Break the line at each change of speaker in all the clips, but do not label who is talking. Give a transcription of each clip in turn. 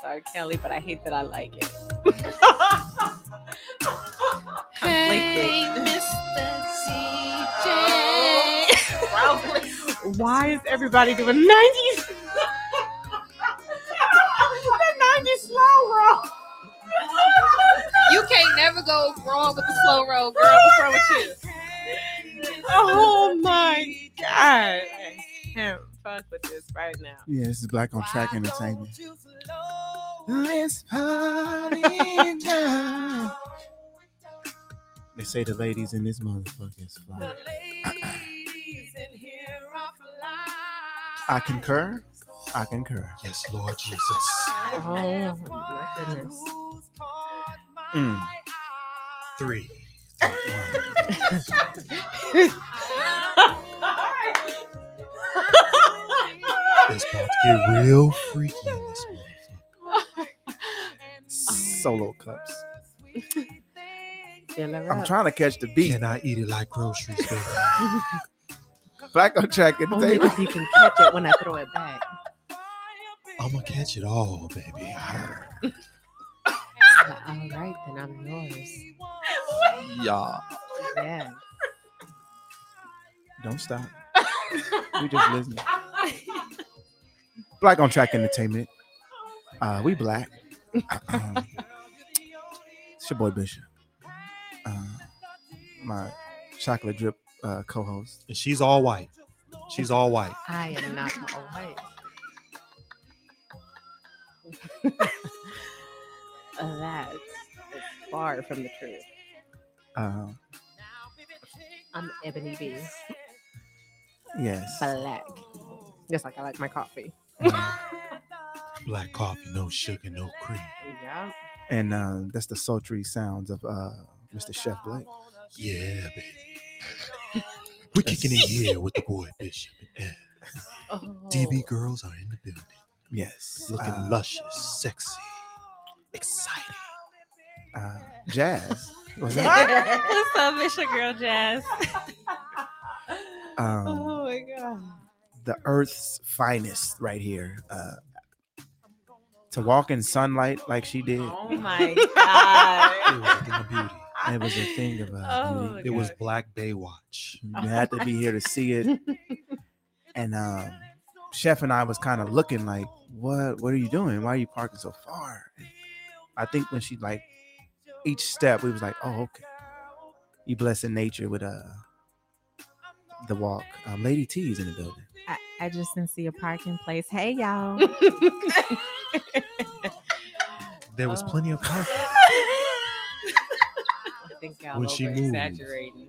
sorry, Kelly, but I hate that I like it.
Hey, Mr. CJ.
Why is everybody doing 90s? that 90s slow roll.
You can't never go wrong with the slow roll, girl. What's wrong with you?
Oh my God. I can't fuck with this right now.
Yeah, this is Black on Track Entertainment. Let's party now. They say the ladies in this motherfucker is fly. I concur. I concur. Yes, Lord Jesus.
Oh my goodness.
Mm. Three. two, one. It's about to get real freaky in this motherfucker. Solo cups. I'm trying to catch the beat.
And I eat it like groceries, baby.
Black on Track
Only
Entertainment.
if you can catch it when I throw it back.
I'm gonna catch it all, baby.
All right, then I'm yours.
Y'all.
Yeah.
Don't stop. we just listening. Black on Track Entertainment. Uh, we black. Um, it's your boy Bishop. Uh, my chocolate drip uh, co-host.
And she's all white. She's all white.
I am not all right. that is uh, far from the truth.
Uh,
I'm Ebony B.
yes.
Black. Just like I like my coffee.
Black coffee, no sugar, no cream.
Yeah.
And uh, that's the sultry sounds of uh, Mr. Chef Blake.
Yeah, baby. We're kicking it here with the boy Bishop. And
Oh.
DB girls are in the building,
Yes.
looking
uh,
luscious, sexy, exciting.
uh, jazz. Was that?
What's up, it's your girl Jazz.
Um,
Oh my god.
the earth's finest right here. Uh, to walk in sunlight like she did,
Oh my god.
It was a thing of
it was a
beauty.
thing of
Oh,
uh,
It was Black Baywatch.
you had to be here to see it. And um, Chef and I was kind of looking like, "What? What are you doing? Why are you parking so far?" And I think when she like each step, we was like, "Oh, okay." You blessing nature with uh the walk. Um, Lady T is in the building.
I, I just didn't see a parking place. Hey y'all.
There was
Oh.
plenty of parking.
I think y'all
When she moved.
exaggerating.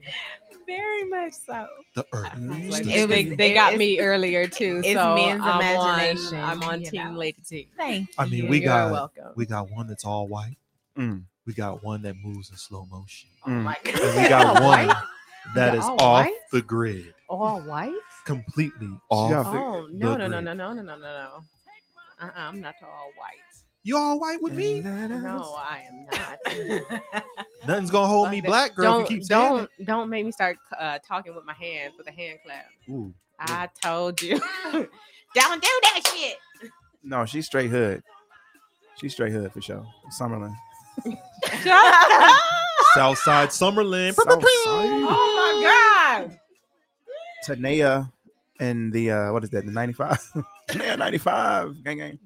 Very much so.
The earth.
Mm,
was
like,
the
it
they,
thing.
they got
It's-
me earlier too.
it's
so
men's
I'm on-
imagination,
I'm on
you
Team
know.
Lady T.
Thank
I
you.
mean, we
You're
got
welcome.
we got one that's all white.
Mm.
We got one that moves in slow motion.
Oh
Mm.
And we got one that
They're
is
all
off
white?
the grid,
all white.
completely off.
got-
Oh
the
no no no
grid.
no no no no no no! Uh-uh, I'm not all white.
You all white with me?
No, I am not.
Nothing's gonna hold me
Fuck that.
black, girl.
Don't
if you keep saying
don't don't make me start uh, talking with my hands with a hand clap.
it. Ooh,
I told you.
Don't do that shit.
No, she's straight hood. She's straight hood for sure. Summerlin.
oh
Southside Summerlin.
Southside.
my god!
Tanea and the uh what is that? The 95. Yeah, 95. Gang gang.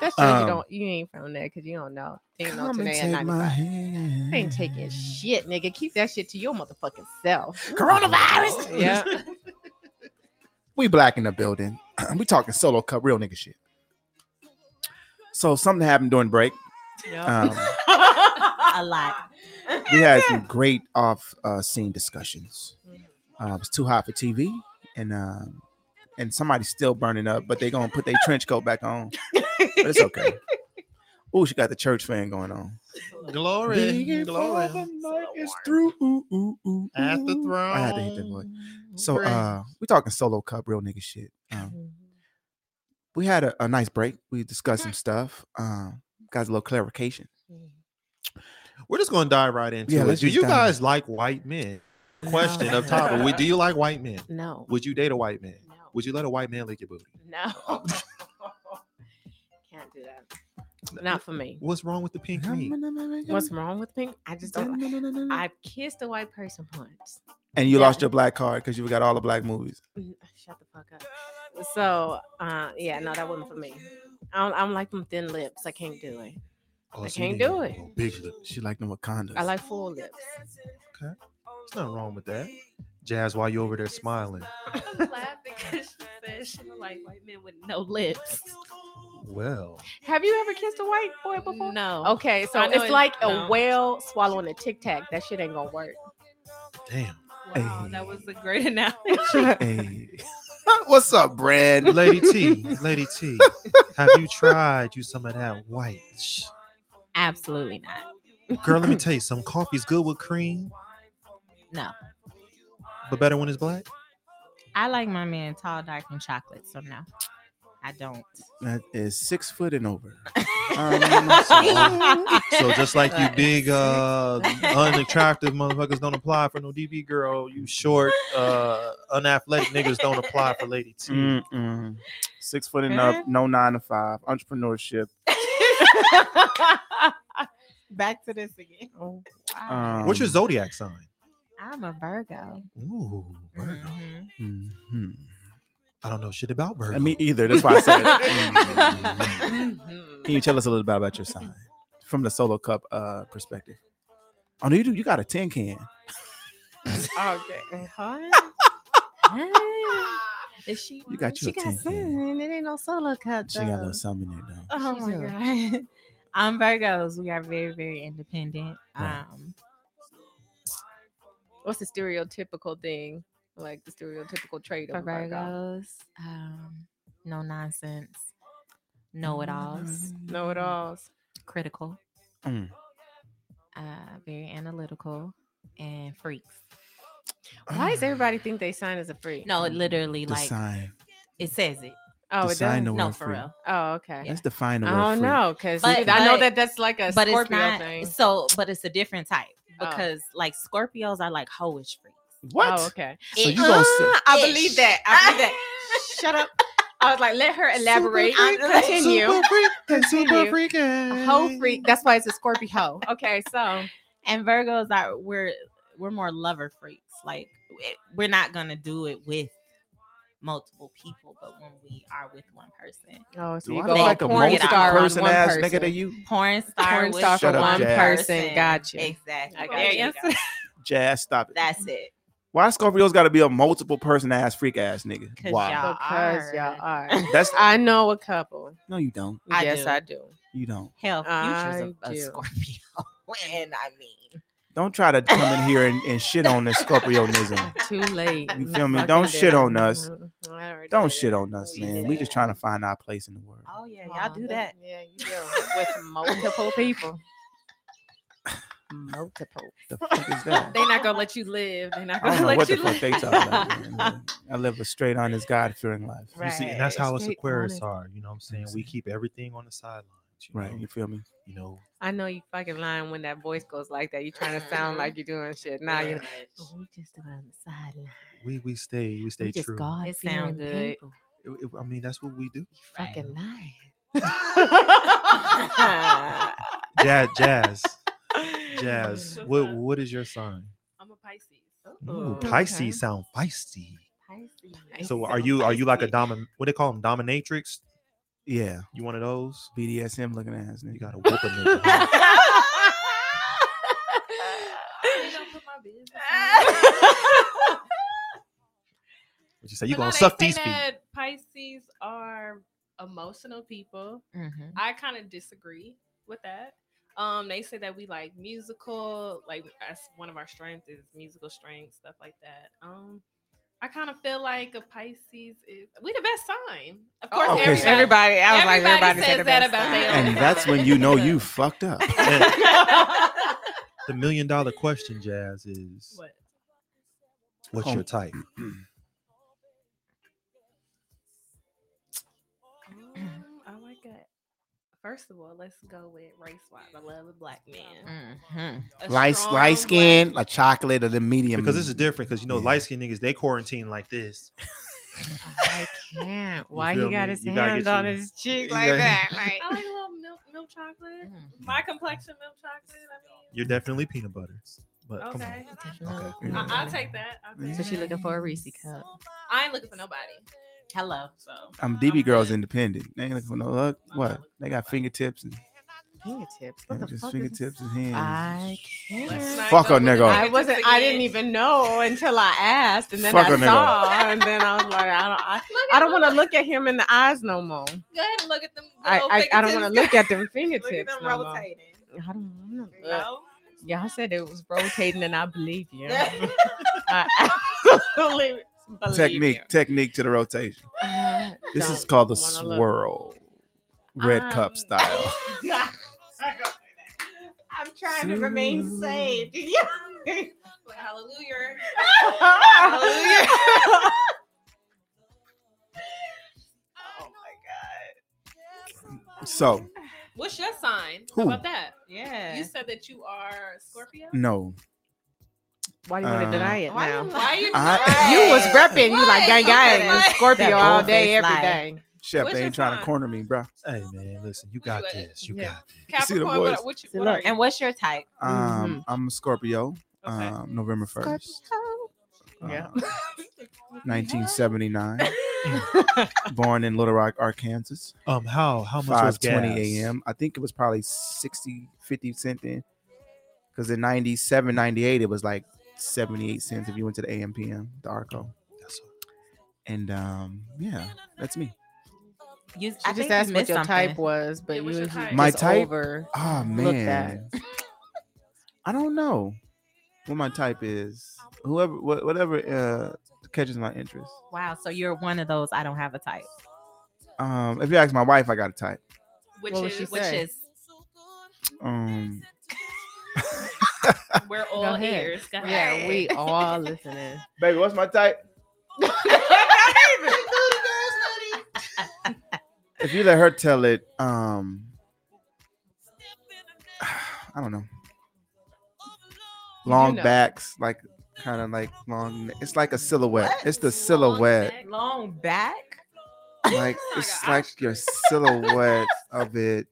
That's true.
Um,
you don't you ain't from there because you don't know. You don't know
Come and
today and
take my
95.
hand.
I ain't taking shit, nigga. Keep that shit to your motherfucking self.
Coronavirus.
Yeah.
We black in the building. we talking solo cup, real nigga shit. So something happened during break. Um,
A lot.
we had some great off uh, scene discussions. Uh, it was too hot for TV, and um, and somebody's still burning up, but they're gonna put their trench coat back on. But it's okay. Oh, she got the church fan going on.
Glory, glory.
through. Ooh, ooh, ooh,
At the
ooh.
throne.
I had to hit that voice. So uh, we talking solo cup, real nigga shit. Um, we had a, a nice break. We discussed some stuff. Um, got a little clarification.
we're just gonna dive right into
Yeah,
it.
let's
Do
just
you
dive.
guys like white men? Question up top. We- Do you like white men?
no.
Would you date a white man?
No.
Would you let a white man lick your booty?
No. Can
do that.
Not for me.
What's wrong with the pink meat?
What's wrong with pink? I just don't. I've kissed a white person once.
And you
Yeah.
lost your black card because you got all the black movies.
Mm, Shut the fuck up. So, uh, yeah, no, that wasn't for me. I don't, I'm like them thin lips. I can't do it.
Oh,
I
so you
can't
need
do
a-
it.
a Big lip.
She liked the Wakandas.
I like full lips.
There's nothing wrong with that. Jazz, while you over there smiling?
I was laughing because she said she was like white men with no lips.
Well,
Have you ever kissed a white boy before?
No.
Okay, so
I know
it's
it-
like
no.
a whale swallowing a tic tac. That shit ain't gonna work.
damn.
Wow,
Hey.
that was a great analogy.
Hey. What's up, Brad?
Lady T, Lady T, have you tried you some of that white? sh-
Absolutely not.
Girl, let me tell you, some coffee's good with cream,
No.
but better when it's black.
I like my man tall, dark, and chocolate. So no, I don't.
That is six foot and over. Um, so-
So just like you big, uh, unattractive motherfuckers don't apply for no DB girl. You short, uh, unathletic niggas don't apply for Lady T.
Mm. Mm-mm. Six foot and up, no nine to five, entrepreneurship.
Back to this again.
Oh,
Um,
What's your zodiac sign?
I'm a Virgo.
Ooh, Virgo.
Mhm.
Mhm.
I don't know shit about Virgo.
Uh, Me either. That's why I said. mm. it.
Mm-hmm.
Mhm.
Can you tell us a little bit about your sign from the solo cup uh, perspective? Oh, no, you do. You got a tin can.
Okay.
Is she?
You got you
she
a tin
got
can.
something. It ain't no solo cup.
She got a
though.
little something in there though.
Oh
She's all
my god. I'm Virgos. We are very, very independent.
Right.
Um,
What's the stereotypical thing? Like the stereotypical trait
for
of a Virgo?
Virgos, um, no nonsense, know it alls,
Know it alls.
critical,
Mm.
uh, very analytical, and freaks.
Why
Ah.
does everybody think they sign as a freak?
No, it literally
The
like
sign.
it says it.
Oh,
the
it
sign
does.
the
No,
word
for
freak.
real.
Oh, okay.
Yeah.
Let's define the word.
I don't
freak.
know because
But-
I know
but-
that that's like a
But
Scorpio
it's not
thing.
so. But it's a different type
Oh.
because like Scorpios are like hoish freaks.
What?
Oh, okay.
So you gonna say-
Ah, I believe that. I believe that. Shut up. I was like, let her elaborate. Continue.
freaking,
Continue.
freaking.
A Hoe freak. That's why it's a Scorpio hoe. Okay, so
and Virgos are we're we're more lover freaks. Like it- we're not gonna do it with multiple people, but when we are with one person,
oh, so
Do
you
I
go
look
all
like a
porn
porn
multiple
star on
multi-person
one
ass
person.
nigga to you?
porn star,
Porn
with
star
for one
person. Gotcha.
Exactly.
I got
There
you.
you go.
Jazz, stop it.
That's it.
Why Scorpio's got to be a multiple person ass freak ass nigga?
'Cause
Why?
y'all-
because y'all are.
That's
I know a couple.
no, you don't.
I
yes,
do.
I do.
You don't.
Hell, future's
I
a, a
do.
Scorpio. And I mean,
Don't try to come in here and, and shit on this Scorpionism.
Too late.
You feel me?
Fucking
Don't
did
shit
it.
on us.
Mhm. I already
Don't
did it.
shit on us,
We
man.
did
We
it.
just trying to find our place in the world.
oh yeah,
Aw,
y'all do that.
Yeah, you do with multiple people. Multiple.
The fuck is that?
They're not gonna let you live. They're not
I
gonna let
don't know what
you
the fuck they
live.
talking about. man. I live a straight, honest, God fearing life.
You see, and that's
Right.
how us
Straight
Aquarius
honest.
are. You know what I'm saying? We keep everything on the sidelines. You
Right?
Know?
You feel me?
You know,
I know you fucking lying when that voice goes like that. You trying to sound like you're doing shit. Now you
Oh, We just do it on the sideline.
we we stay we stay
We just
true.
God
It sound
fearing
good.
people.
It- it- I mean, that's what we do.
Right.
fucking lying.
Jazz, jazz, jazz. What what is your sign?
I'm a Pisces.
Ooh,
Oh,
Okay.
Pisces sound feisty.
Pisces
So
sound
are you are you like a
feisty.
domin? What they call them? Dominatrix?
Yeah.
You one of those?
BDSM looking ass
You
nigga.
gotta whoop a nigga. huh?
You don't put my business out.
What you say? You
But no,
gonna
they
suck
say
these feet?
that Pisces are emotional people.
Mhm.
I kind of disagree with that. Um, they say that we like musical, like that's one of our strengths is musical strength, stuff like that. Um, I kind of feel like a Pisces is we the best sign. Of course,
Okay, so-
everybody.
Everybody, I was like,
Everybody
everybody
says
said
that about their
And that's when you know you fucked up.
The million dollar question, Jazz, is
What?
what's
Oh.
your type?
Mm,
Um, I like that. First of all, let's go with race wise. I love a black man.
Mm-hmm.
Mhm.
A
Light,
strong
light
black-
skin, like chocolate or the medium.
Because this is different. Because you know,
Yeah.
light skinned niggas they quarantine like this.
I can't. Why
Oh,
feel
he got
me?
his
You gotta
hand
get
on
you-
his cheek
you
like
gotta-
that?
I like a chocolate.
Mm.
My complexion milk chocolate. I mean,
You're definitely peanut butter. But come on.
okay.
Okay.
You
Uh-uh.
know,
I- I'll take that. I'll take
So she
that.
looking for a Reese cup.
I ain't looking for nobody.
Hello.
So
I'm DB girls
good.
independent. They ain't looking for no luck. What? They got fingertips and
Fingertips. What
and
the
just
fuck is-
fingertips and hands.
I
Let's
can't.
not
Fuck
go
a
with
nigga.
the
I
fingertips
wasn't. I didn't
again.
even know until I asked, and then
Fuck
I
a nigga.
saw, and then I was like, I don't. I,
Look
I
at
don't want to
them.
look at him in the eyes no more.
Go ahead and look at them. little
I I, I don't want to
fingertips.
look at them
Look at
fingertips
them
no more. I
rotating.
don't want to.
No.
Y'all said it was rotating, and I believe you. I absolutely believe
Technique,
you.
technique to the rotation.
I
This is
don't
called the
wanna look.
swirl, red
Um,
cup style.
I'm trying to remain saved.
Well, Hallelujah.
Hallelujah.
So
What's your sign?
Who?
How about that?
Yeah.
You said that you are Scorpio.
no,
Why do you want
Uh,
to deny it
Why
now?
you-
Why you?
I-
You was repping. You like
Why?
gang gang and
Why?
Scorpio
That
all day,
bold-faced
every
lie.
day.
chef,
What's
they
your
ain't trying to
sign?
corner me, bro.
Hey man, listen, you got this. You
Yeah.
got this.
see the
Capricorn.
voice.
What, what, you-
See,
what
look,
are you?
And what's your type?
Um, I'm a Scorpio.
Okay.
Um, November first,
Yeah.
1979. Born in Little Rock, Arkansas.
Um, how how much was
Five
gas?
twenty a.m. I think it was probably 60, 50 cent then. Because in 97, 98, it was like 78 cents if you went to the AM PM, the ARCO.
That's all.
And um, yeah, that's me.
You,
I
I
just
think
asked
you
what
missed
your
something.
type was, but
Yeah,
you
what's your
was
type?
My
just
type?
over.
Oh
Look
man. I don't know what my type is. Whoever wha- whatever uh catches my interest.
Wow. So you're one of those. I don't have a type.
Um if you ask my wife, I got a type.
Which
What would
is
she
which
say?
is
Um
we're
Go
all
ahead.
ears. Go
Yeah,
ahead.
we all listening.
baby, what's my type? If you let her tell it, um I don't know. Long
know.
backs, like kind of like long it's like a silhouette. It's the silhouette.
Long back.
like
my
it's
gosh.
like your silhouette of it.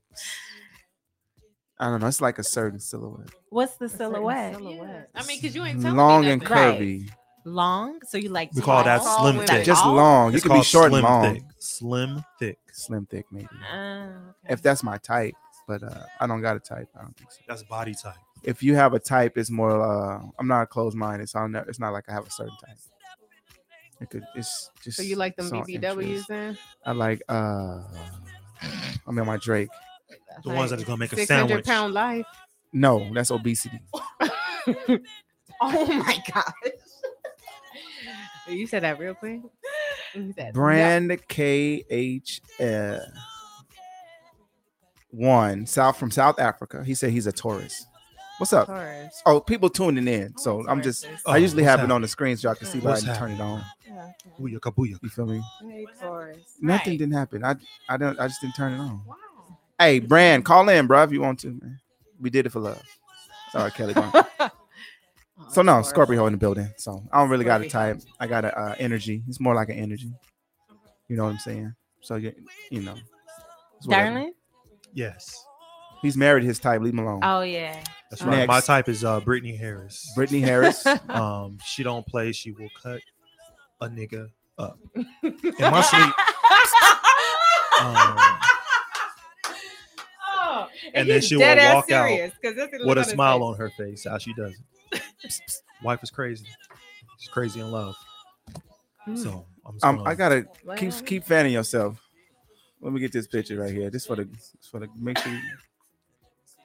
I don't know. It's like a certain silhouette,
What's the
A certain
silhouette?
silhou- Silhouette.
I mean, because you ain't telling
long
me
and
nothing.
Right.
curvy,
Long. So you like.
We call that
tall?
slim
Like
thick.
just
tall?
long. You
It's
can be
called
short and
slim
long,
thick. Slim thick.
slim thick maybe.
Ah, okay.
If that's my type, but uh, I don't got a type. I don't think so.
That's body type.
If you have a type, it's more. Uh, I'm not closed minded, so I'm not, it's not like I have a certain type. It could. It's just.
So you like them
it's all
BBWs
interest.
then?
I like. uh I mean, my Drake.
The ones that is gonna make a
Six hundred
sandwich.
pound life.
No, that's obesity.
Oh my god.
You said that real quick. You said,
Brand KH one South from South Africa. He said he's a Taurus. What's
"No,
up?
Taurus."
Oh, people tuning in. So I'm just
Taurus.
I
Oh,
usually
what's
have it
happening?
on the screen so y'all can see but I
What's
didn't turn it on.
Yeah, okay.
Booyaka, booyaka.
You feel me?
Hey, Taurus.
Nothing
Right.
didn't happen. I I don't I just didn't turn it on.
Wow.
Hey, Brand, call in, bro, if you want to, man. We did it for love. Sorry, Kelly. Brown. so no,
Taurus.
Scorpio in the building. So I don't really got a
Scorpio.
type. I got a uh, energy. It's more like an energy. You know what I'm saying? So you, you know. it's whatever.
Darling.
Yes.
He's married his type. Leave him alone.
Oh yeah.
That's
Uh,
right. My
next.
type is uh Brittany Harris.
Brittany Harris.
Um, she don't play, she will cut a nigga up. In my sleep. Um,
Oh,
And then
he's
she will
dead-ass
walk out
serious, 'cause that's the look
with a
on his
smile
face.
on her face, how she does it. Wife is crazy. She's crazy in love.
Mm.
So I'm just
um,
gonna-
I gotta
Well,
keep keep fanning yourself. Let me get this picture right here. Just for the just for the make sure. You,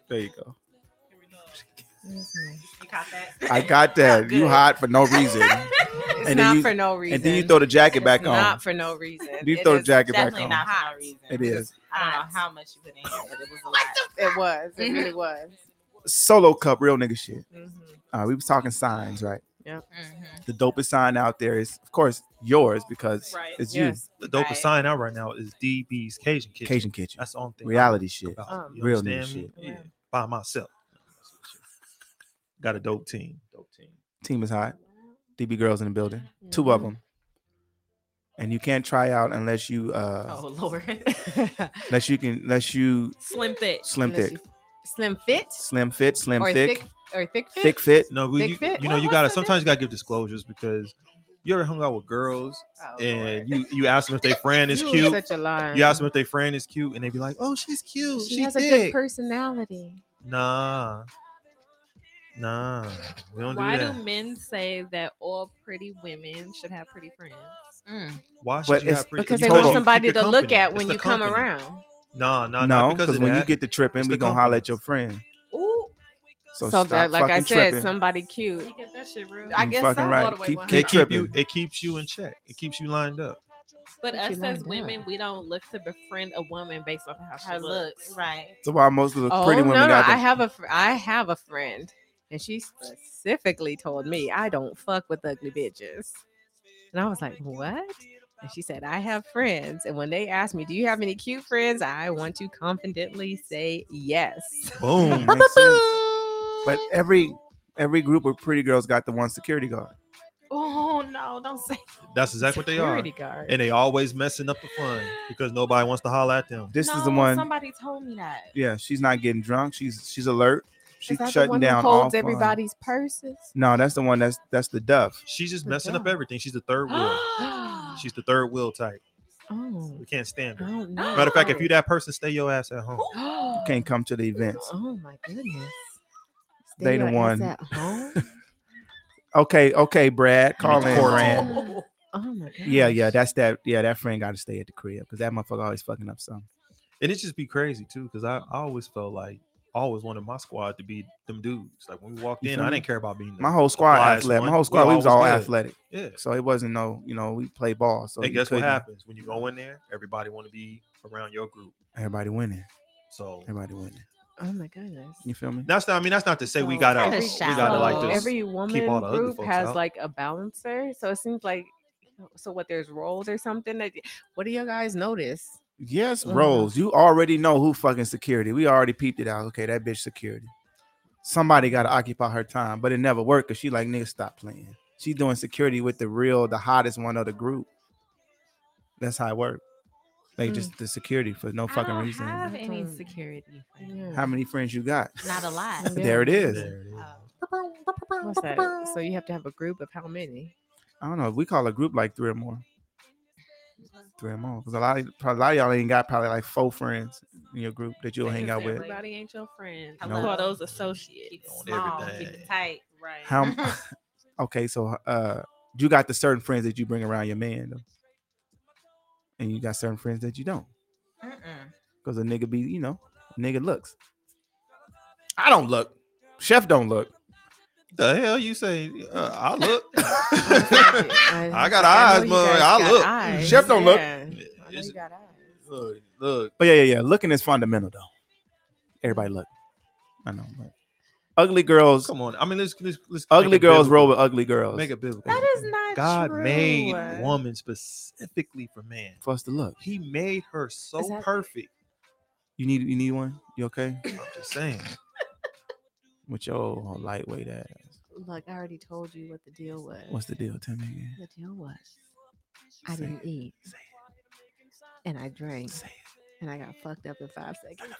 there you go.
You caught that?
I got that. you
Good.
hot for no reason,
It's
and then
not
you-
for no reason.
and then you throw the jacket
It's
back on.
Not for no reason.
You
It
throw the
is-
jacket back
Definitely
on.
not for no reason.
It is
I don't know how much you put in, but it was a lot.
It was.
Mm-hmm.
It really was.
solo cup, real nigga shit.
Mm-hmm.
Mhm.
Uh, we was talking signs, right?
Mhm.
The dopest sign out there is, of course, yours because
Right.
it's you,
Yes.
the dopest
Right.
sign out right now is DB's Cajun Kitchen.
Cajun Kitchen,
That's the only thing. I
reality shit.
about,
Um,
you
real
understand
nigga
me?
shit.
Yeah, by myself. Got a dope team. Dope team.
Mm-hmm.
Team is hot. DB girls in the building, two of them, and you can't try out unless you uh
Oh Lord.
unless you can unless you
Slim thick.
slim
Unless
thick,
you- Slim fit
slim fit, slim
or
thick,
thick or thick fit.
thick fit.
No, but
Big
you,
fit?
you know
What-
you
what's
gotta
the
sometimes you gotta give disclosures because you ever hung out with girls
Oh, Lord.
and you you ask them if their friend is
You are
cute.
Such a liar.
You ask them if their friend is cute, and they be like, "Oh, she's cute.
She
she's
has a
thick."
good personality.
nah, nah, we don't
Why
do
do
that.
men say that all pretty women should have pretty friends?
Mm.
Why
But
should you
it's-
have pretty?
Because
you
they want
Hold
gotta keep
on.
somebody
your
to look
company.
at
It's
when
the
you come
company.
around.
No, no, no.
No,
Because
because
of
when you
that.
get the tripping,
It's
we
the
gonna holler at your
compliments.
friend.
Ooh.
So,
So,
stop
that, like I
fucking
said,
tripping.
somebody cute.
You get that shit real.
I
You
guess
fucking
so.
All the
right.
way
Keep,
behind.
keep
it keep
tripping.
you it keeps you in check. It keeps you lined up.
What
But
you
us
learned
as
that?
women, we don't look to befriend a woman based off of how she
Her
looks.
looks. Right.
So why most of the
Oh
pretty
no,
women
no,
got
I
them-
have a fr- I have a friend, and she specifically told me I don't fuck with ugly bitches. And I was like, what? And she said, I have friends, and when they ask me, do you have any cute friends? I want to confidently say yes.
Boom.
Mm, makes sense. But every every group of pretty girls got the one security guard.
Oh no, don't say
That's exactly what they are.
Security guard.
And they always messing up the fun because nobody wants to holler at them.
This is
No,
the one.
Somebody told me that.
Yeah, she's not getting drunk. She's she's alert.
Is
She's
that the
shutting
one who
down all
holds
fun.
everybody's purses.
No, that's the one. That's that's the Duff.
She's just
Good
messing up
job.
everything. She's the third wheel. She's the third wheel type.
Oh,
We can't stand
I
it.
don't know.
Matter of fact, if you that person, stay your ass at home.
oh
Can't come to the events.
my goodness,
They the
Stay your ass
one.
at home?
Okay, okay, Brad, call
need
in,
to court
Brad.
Oh my god.
Yeah, yeah, that's that. Yeah, that friend got to stay at the crib because that motherfucker always fucking up something.
And it just be crazy too, because
Mm.
I, I always felt like I always wanted my squad to be them dudes. Like when we walked
You
in,
feel
I
me?
didn't care about being the-
My whole squad
flyest
athletic. My
one.
whole
We
squad, we was
always
all
good.
athletic,
Yeah.
so it wasn't no, you know, we play ball. So
and
you
guess what
couldn't-
happens when you go in there? Everybody want to be around your group.
Everybody winning.
So
Everybody winning.
Oh my goodness.
You feel me?
that's not. I mean, that's not to say we
So
gotta
every
we
shower-
gotta like
so
this.
Oh, Every woman
all the ugly
group
folks
has
out.
like a balancer, so it seems like so what there's roles or something that what do you guys notice?
Yes,
Mhm.
Rose. You already know who fucking security. We already peeped it out. Okay, that bitch security. Somebody got to occupy her time, but it never worked because she like nigga stop playing. She doing security with the real, the hottest one of the group. That's how it worked. Like
Hmm.
Mm.
just the security for no
I
fucking
Oh,
don't
reason.
have
That's
any
all.
security.
Yeah.
How many friends you got?
Not a lot.
Yeah.
There it is.
There it is.
What's that? So you have to have a group of how many?
I don't know. We call a group like three or more. Three or more. Because a lot of probably, a lot of y'all ain't got probably like four friends in your group that you'll hang out with.
Everybody ain't your friend. I
Nope.
call those associates.
On
Small, keep
everything.
it tight.
Right.
How okay, so uh you got the certain friends that you bring around your man though. And you got certain friends that you don't.
Mm-mm.
Because a nigga be, you know, a nigga looks. I don't look. Chef don't look.
The hell you say? Uh, I look. I got
I know
eyes,
you
mother.
guys
I
got
look.
eyes,
Chef don't look.
yeah. I know
It's-
you got eyes.
look, look.
But yeah, yeah, yeah. Looking is fundamental though. Everybody look. I know, but ugly girls,
Come on. I mean, let's let's, let's
ugly
make it
girls roll
biblical.
with ugly girls.
Make it biblical.
That is not
God
true.
made woman specifically for man.
for us to look.
He made her so
Is that-
perfect.
You need you need one? You okay?
I'm just saying.
With your old lightweight ass.
Look, I already told you what the deal was.
What's the deal? Tell me again.
the deal was? I
Say it.
didn't eat
Say
and I drank
Say it.
and I got fucked up in five seconds.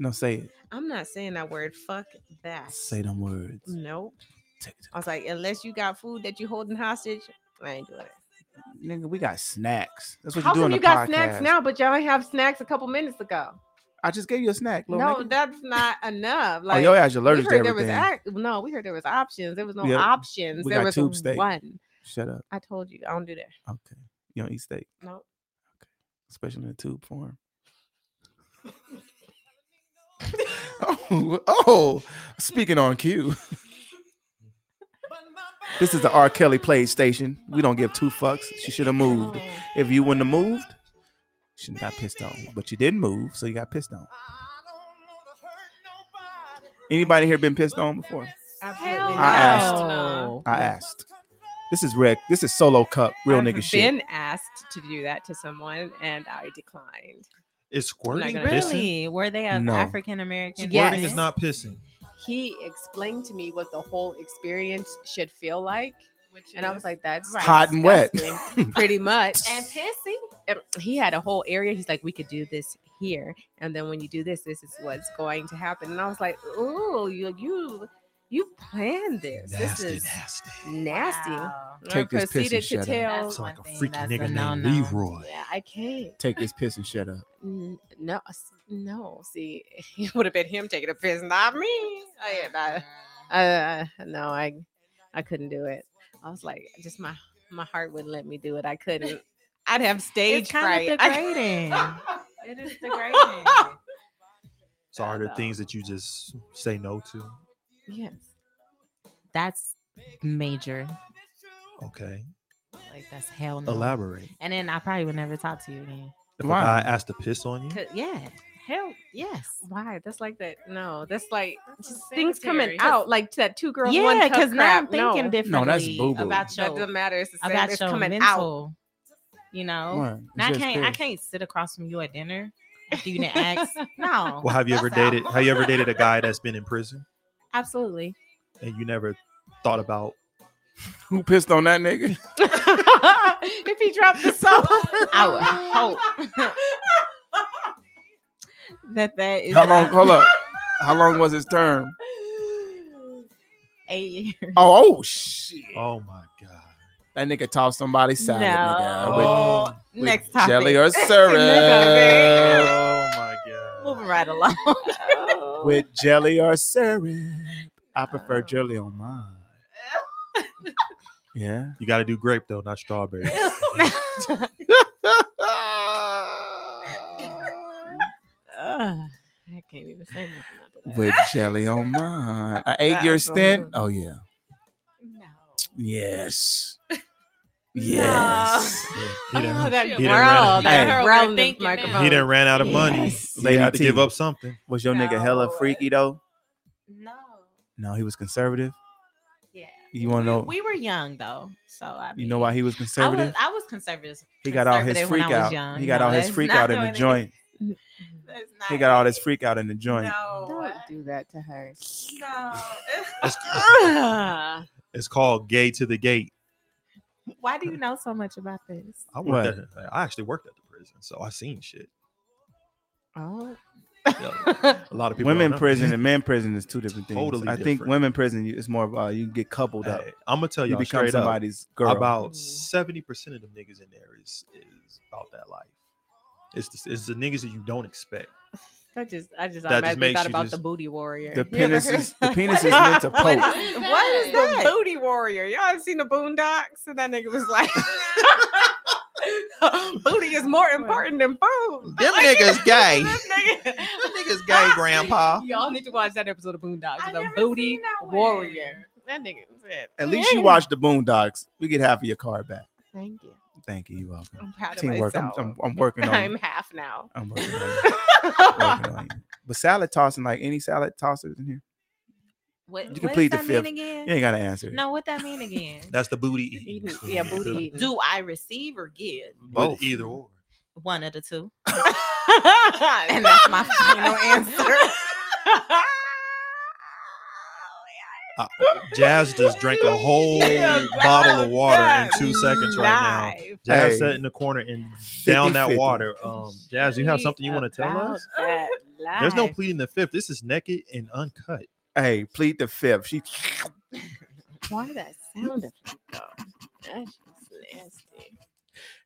No, say it.
I'm not saying that word. Fuck that.
Say them words.
Nope.
Take it to
I was like, unless you got food that you holding hostage, I ain't doing it.
Nigga, we got snacks. That's what
How
you do on
come
the
you got
podcast.
snacks now, but y'all ain't have snacks a couple minutes ago?
I just gave you a snack. Little
no,
nigga.
that's not enough.
oh,
Like,
your ass
we
allergic to
heard there was
everything.
act- no, we heard there was options. There was no
Yeah,
options.
we
There
got
was
tube steak.
one.
Shut up.
I told you, I don't do that.
Okay. You don't eat steak,
No,
especially in a tube form. oh, oh, speaking on cue. this is the R. Kelly PlayStation. We don't give two fucks. She should have moved. If you wouldn't have moved, she shouldn't got pissed on. But you didn't move, so you got pissed on. Anybody here been pissed on before?
absolutely.
Hell
not.
I asked.
no.
I asked. This is Rick. This is solo cup, real
I've
nigga
been
shit.
asked to do that to someone, and I declined.
Is squirting
gonna do it.
pissing?
Really? Were they of
No.
African American?
Yes.
Squirting is not pissing.
He explained to me what the whole experience should feel like,
which
And I
is-
was like, that's
Right.
Hot and wet.
disgusting, pretty much.
and pissy.
And he had a whole area. He's like, we could do this here, and then when you do this, this is what's going to happen. And I was like, ooh, you you you planned this.
Nasty,
this is
nasty.
nasty.
Wow.
And
Take this piss and
proceeded to
shut it.
tell.
That's
like a
one thing
freaking
that's
nigga named
no-no.
Leroy.
Yeah, I can't.
Take this piss and shut up.
N- No, s- no. See, it would have been him taking a piss, not me. I had
Mm.
not- uh, no, I, I couldn't do it. I was like, just my my heart wouldn't let me do it. I couldn't. I'd have stage
It's kind
fright.
of
I-
degrading. it is degrading.
So are there
Wow.
things that you just say no to?
yes,
That's major.
Okay,
Mm-hmm. Like that's hell no.
elaborate.
And then I probably would never talk to you again.
If
Why?
I asked to piss on you,
'Cause- yeah. Hell yes.
why? That's like that. No, that's like
That's
just
a
things coming
sanitary.
out like that two girls one
yeah,
cup
because now I'm
crap. No,
thinking differently
No, that's boo-boo.
about
that
your
doesn't matter. It's the
I
same.
got
it's
your
coming out.
mental, You know,
Right, it's
And I
just
can't. I
piss.
can't sit across from you at dinner. If you didn't ask. No.
well, have you ever
that's out.
dated? Have you ever dated a guy that's been in prison
Absolutely.
and you never thought about?
Who pissed on that nigga?
if he dropped the soap,
I would hope that that is
How long? Hold up. How long was his term?
eight years.
Oh, oh shit!
Oh my god!
That nigga tossed somebody salad. Nigga,
No.
with-
Oh,
with
Next topic.
Jelly or
oh
syrup.
my god!
Moving right along.
with jelly or syrup. I prefer jelly on mine. yeah.
You got to do grape though, not strawberry.
Ugh, I can't even say nothing. after that.
With jelly on mine. An eight year stint. Oh yeah.
no.
Yes. Yes.
Yeah, he
Oh,
done-
that
he
girl,
done ran
that
it.
Hey.
girl
Girl,
around
we're
the
thinking now.
microphone.
He done ran out of money.
Yes.
They had to
CRT.
give up something.
Was your nigga hella
No.
freaky though?
No.
No, he was conservative.
Yeah.
You wanna know
We were young though, so I.
you know why he was
I was,
conservative?
I was conservative.
He got all his
conservative when
freak
I was
out.
young.
He got
No,
all his
that's
freak
not
out in the
doing it.
joint.
That's not
He got all
it.
his freak out in the joint.
No.
Don't do that to her.
No.
It's,
Ugh.
it's called gay to the gate.
Why do you know so much about this?
I
Right.
worked at, I actually worked at the prison, so I seen shit.
Oh,
Yeah, a lot of people.
women
don't know.
prison and men prison is two different things.
Totally
I think
different.
women prison you- is more of uh, you get coupled up.
Hey, I'm gonna tell
You
y'all
become
straight up.
somebody's girl.
About
Mm.
seventy percent of the niggas in there is is about that life. It's the, it's the niggas that you don't expect.
that just I just
That just
automatically
makes
thought
you
about
just-
the booty warrior.
the
You ever
penis
heard-
is the penis is meant to
What
poke.
is- what is
that?
the booty warrior? Y'all have seen the boondocks? And that nigga was like, booty is more important than food.
Them niggas gay.
This nigga-
niggas
gay,
grandpa.
Y'all need to watch that episode of Boondocks.
I
The
never
booty
seen that one.
warrior. That nigga said,
At least you watch the Boondocks. We get half of your card back.
Thank you.
Thank you. You're welcome.
I'm proud of
Teamwork. I'm,
myself.
I'm, I'm working on.
I'm
you.
half now.
I'm working on. you. Working on you. But salad tossing, like any salad tossers in here,
What,
You can
what does
plead the
that
fifth.
mean again?
you ain't gotta answer. it.
No, what that mean again?
That's the booty eating.
Eating- yeah, booty eating.
Do I receive or give?
Both either or.
One of the two.
and
And that's my final answer.
Uh, Jazz just drank a whole bottle of water in two seconds right now. Jazz
Hey.
sat in the corner and down that
50-50.
water. Um, Jazz, you have something you want to tell us? There's no pleading the fifth. This is naked and uncut.
Hey, plead the fifth. She
Why that sound effect though? That's just nasty.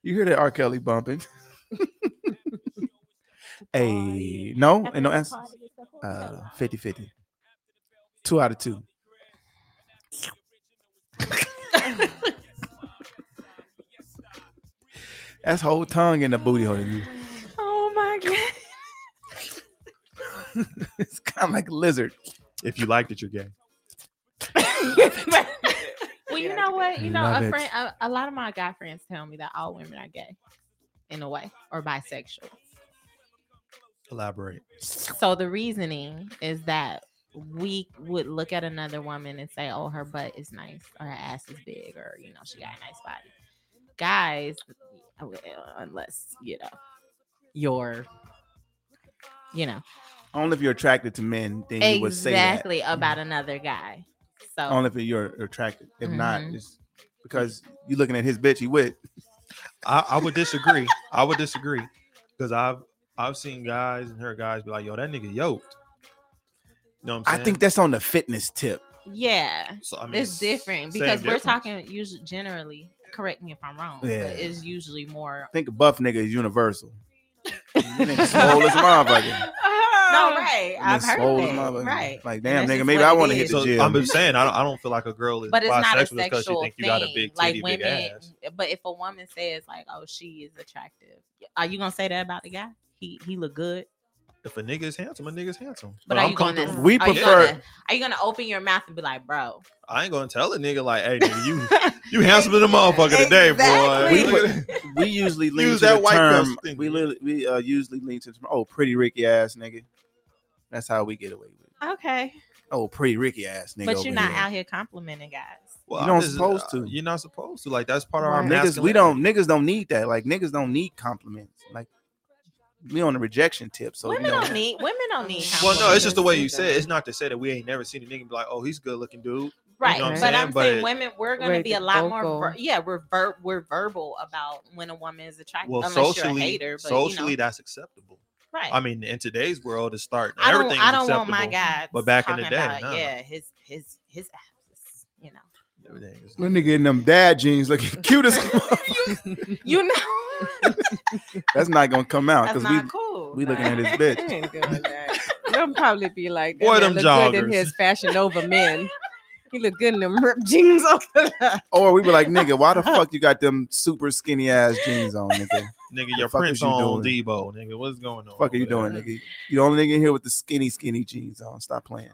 You hear that R. Kelly bumping? hey, no, Oh, and no answer. Uh, 50 50. Two out of two. That's whole tongue in the booty hole. You.
Oh my god.
It's kind of like a lizard.
If you liked it, you're gay.
Well, you know what? You know,
Love
a
it.
friend, a, a lot of my guy friends tell me that all women are gay, in a way, or bisexual.
Elaborate.
So the reasoning is that we would look at another woman and say, "Oh, her butt is nice, or her ass is big, or you know, she got a nice body." Guys, uh, unless you know, you're, you know,
Only if you're attracted to men, then you would say that.
exactly about another guy. So
Only if you're attracted. If not,
Mhm.
it's because you looking at his bitch he with.
I, I would disagree. I would disagree because I've I've seen guys and heard guys be like, "Yo, that nigga yoked." You know what I'm
I
saying?
think that's on the fitness tip.
Yeah.
So, I mean,
It's different
same
because we're
difference.
talking usually generally. Correct me if I'm wrong.
Yeah.
But it's usually more.
I think a buff nigga is universal. You niggas swole as a motherfucker.
No, right.
You
I've
niggas
heard
swole as a
that.
motherfucker.
Right.
Like
And
damn,
that's
nigga,
just
maybe
what
I
it
want to hit
is.
the
So
gym.
I'm just saying, I don't, I don't feel like a girl is
But it's not a
bisexual because you
sexual
think
thing.
you got a big titty,
like
big
women,
ass.
but if a woman says like, "Oh, she is attractive," are you gonna say that about the guy? He he look good.
If a nigga is handsome, a nigga is handsome.
But, are
I'm
you gonna?
comfortable-
We
are you
prefer-
gonna- are you gonna open your mouth and be like, "Bro"?
I ain't gonna tell a nigga like, "Hey, nigga, you you handsome than a motherfucker today, boy."
Exactly.
Look at that.
we usually lean
Use
to
that
the
white girl
term.
thing.
We li- we uh, usually lean to the term, oh pretty Ricky ass nigga. That's how we get away with. it.
Okay,
Oh pretty Ricky ass nigga.
but
over
you're not
here.
out here complimenting guys.
Well,
You
I'm
don't
just-
supposed to.
You're not supposed to. Like that's part of our
Right.
Niggas, we don't niggas don't need that. Like niggas don't need compliments. Like we on the rejection tip. So
women
you know,
don't need. Women don't need.
masculinity. Well, no, it's just the way you
compliments
said.
either.
it. It's not to say that we ain't never seen a nigga be like, "Oh, he's good looking dude."
Right,
know
what I'm
but
saying?
I'm saying
But-
women we're gonna
Right,
be
the
a lot more.
vocal.
Ver- yeah, we're ver- we're verbal about when a woman is attractive.
Well,
unless you're a
socially,
hater, but
socially,
you know,
that's acceptable.
right.
I mean, in today's world, it's starting.
I don't.
everything's
I don't want my
acceptable.
guy.
But back in the
talking
day,
about,
nah.
yeah, his his his abs. You know,
Everything is-
That nigga in them dad jeans looking cute as
you know,
That's not gonna come out
that's
because
not
we
cool.
we looking at
but-
his
I
bitch.
ain't doing that. They'll probably be like,
Boy,
"That
them
man look good in
joggers."
his fashion over men. He look good in them ripped jeans over there.
Or we be like, nigga, why the fuck you got them super skinny ass jeans on, nigga?
Nigga, your
fuck
prints
is you
on
doing?
Debo, nigga. What's going on?
Fuck are you
over there?
doing, nigga? You the only nigga in here with the skinny, skinny jeans on. Stop playing.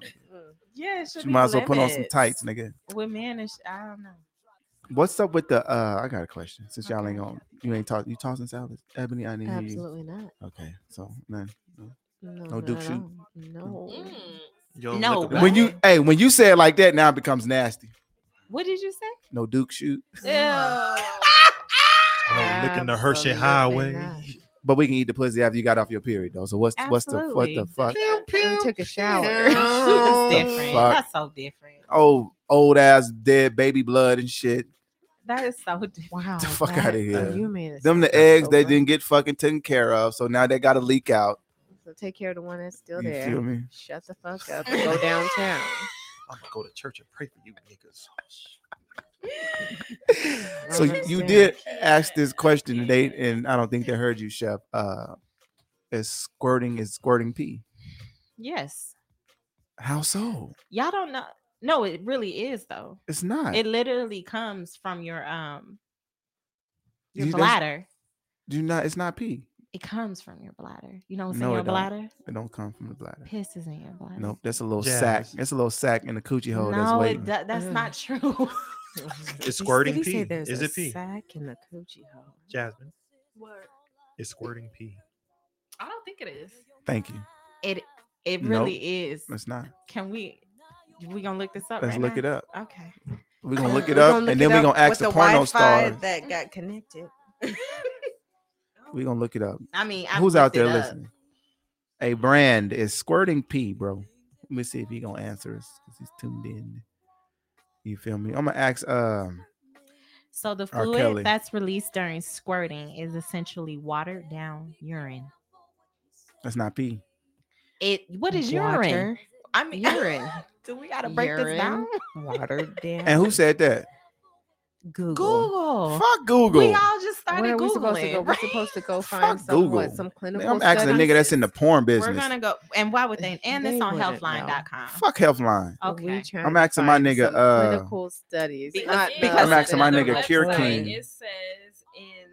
Yeah,
You might as well put on some tights, nigga.
with men. Is, I don't know.
What's up with the uh I got a question. Since y'all ain't on you ain't talk you tossing salads. Ebony, I need you.
Absolutely not.
Okay, so none.
No,
No
not
Duke
at
shoot.
all. No.
Mm.
You don't
No,
look
What?
When you hey, when you say it like that, now it becomes nasty.
What did you say?
No Duke shoot,
Oh, looking the Hershey
Absolutely
Highway.
not.
but we can eat the pussy after you got off your period though. So what's what's the what the fuck?
I took a shower.
That's different.
Fuck.
That's so different.
Oh, old ass dead baby blood and shit.
That is so different.
Wow.
The fuck
that-
outta here.
You made it
Them
sound
the eggs
so
they
bad.
didn't get fucking taken care of, so now they got to leak out.
So take care of the one that's still
You feel
there.
me?
Shut the fuck up. and Go downtown.
I'm gonna go to church and pray for you niggas.
so
I
you
understand.
did ask this question today, and I don't think they heard you, Chef. Uh, is squirting is squirting pee?
Yes.
How so?
Y'all don't know. No, it really is though.
It's not.
It literally comes from your um your
You- that's-
bladder.
Do not. It's not pee.
It comes from your bladder. You know what's
No,
in
it
your
don't.
bladder?
It don't come from the bladder.
Piss is in your bladder.
Nope. That's a little
Jazz.
sack. That's a little sack in the coochie hole. that's
no,
waiting.
it, do- that's
Ugh.
not true.
It's squirting
Did he say
pee.
there's
Is
a
it pee?
Sack in the coochie hole.
Jasmine,
What?
it's squirting pee.
I don't think it is.
Thank you.
it it
Nope.
really is.
It's not.
Can we we gonna look this up?
Let's look it up.
up. Okay.
We're gonna look
We're
it up,
gonna look
and then
it
we're
up
gonna ask
with
the
Wi-Fi
porno stars.
that got connected.
We're gonna look it up.
I mean, I
Who's out
looked it
there
up.
listening? A brand is squirting pee, bro. Let me see if he gonna answer us because he's tuned in. You feel me? I'm gonna ask. Um,
So the
R. Kelly.
fluid that's released during squirting is essentially watered down urine.
that's not pee.
It what is urine?
Water.
I mean
Urine.
Do we gotta break this down?
Watered down.
And who said that?
Google?
Google.
Fuck Google.
Oh. We all just started
Where are
googling.
we supposed to go? We're
right?
supposed to go
Fuck
find some what,
Google.
some clinical.
Man, I'm asking a
studies?
nigga that's in the porn
We're
business.
gonna go, and why would they? And
They
it's on
wouldn't know.
Healthline.com.
Fuck Healthline.
We
Okay.
trying
I'm
to
asking my
find
nigga,
some
uh,
clinical studies.
because-
not
because
the-
I'm asking my
another
nigga Cure
website,
King.
It says in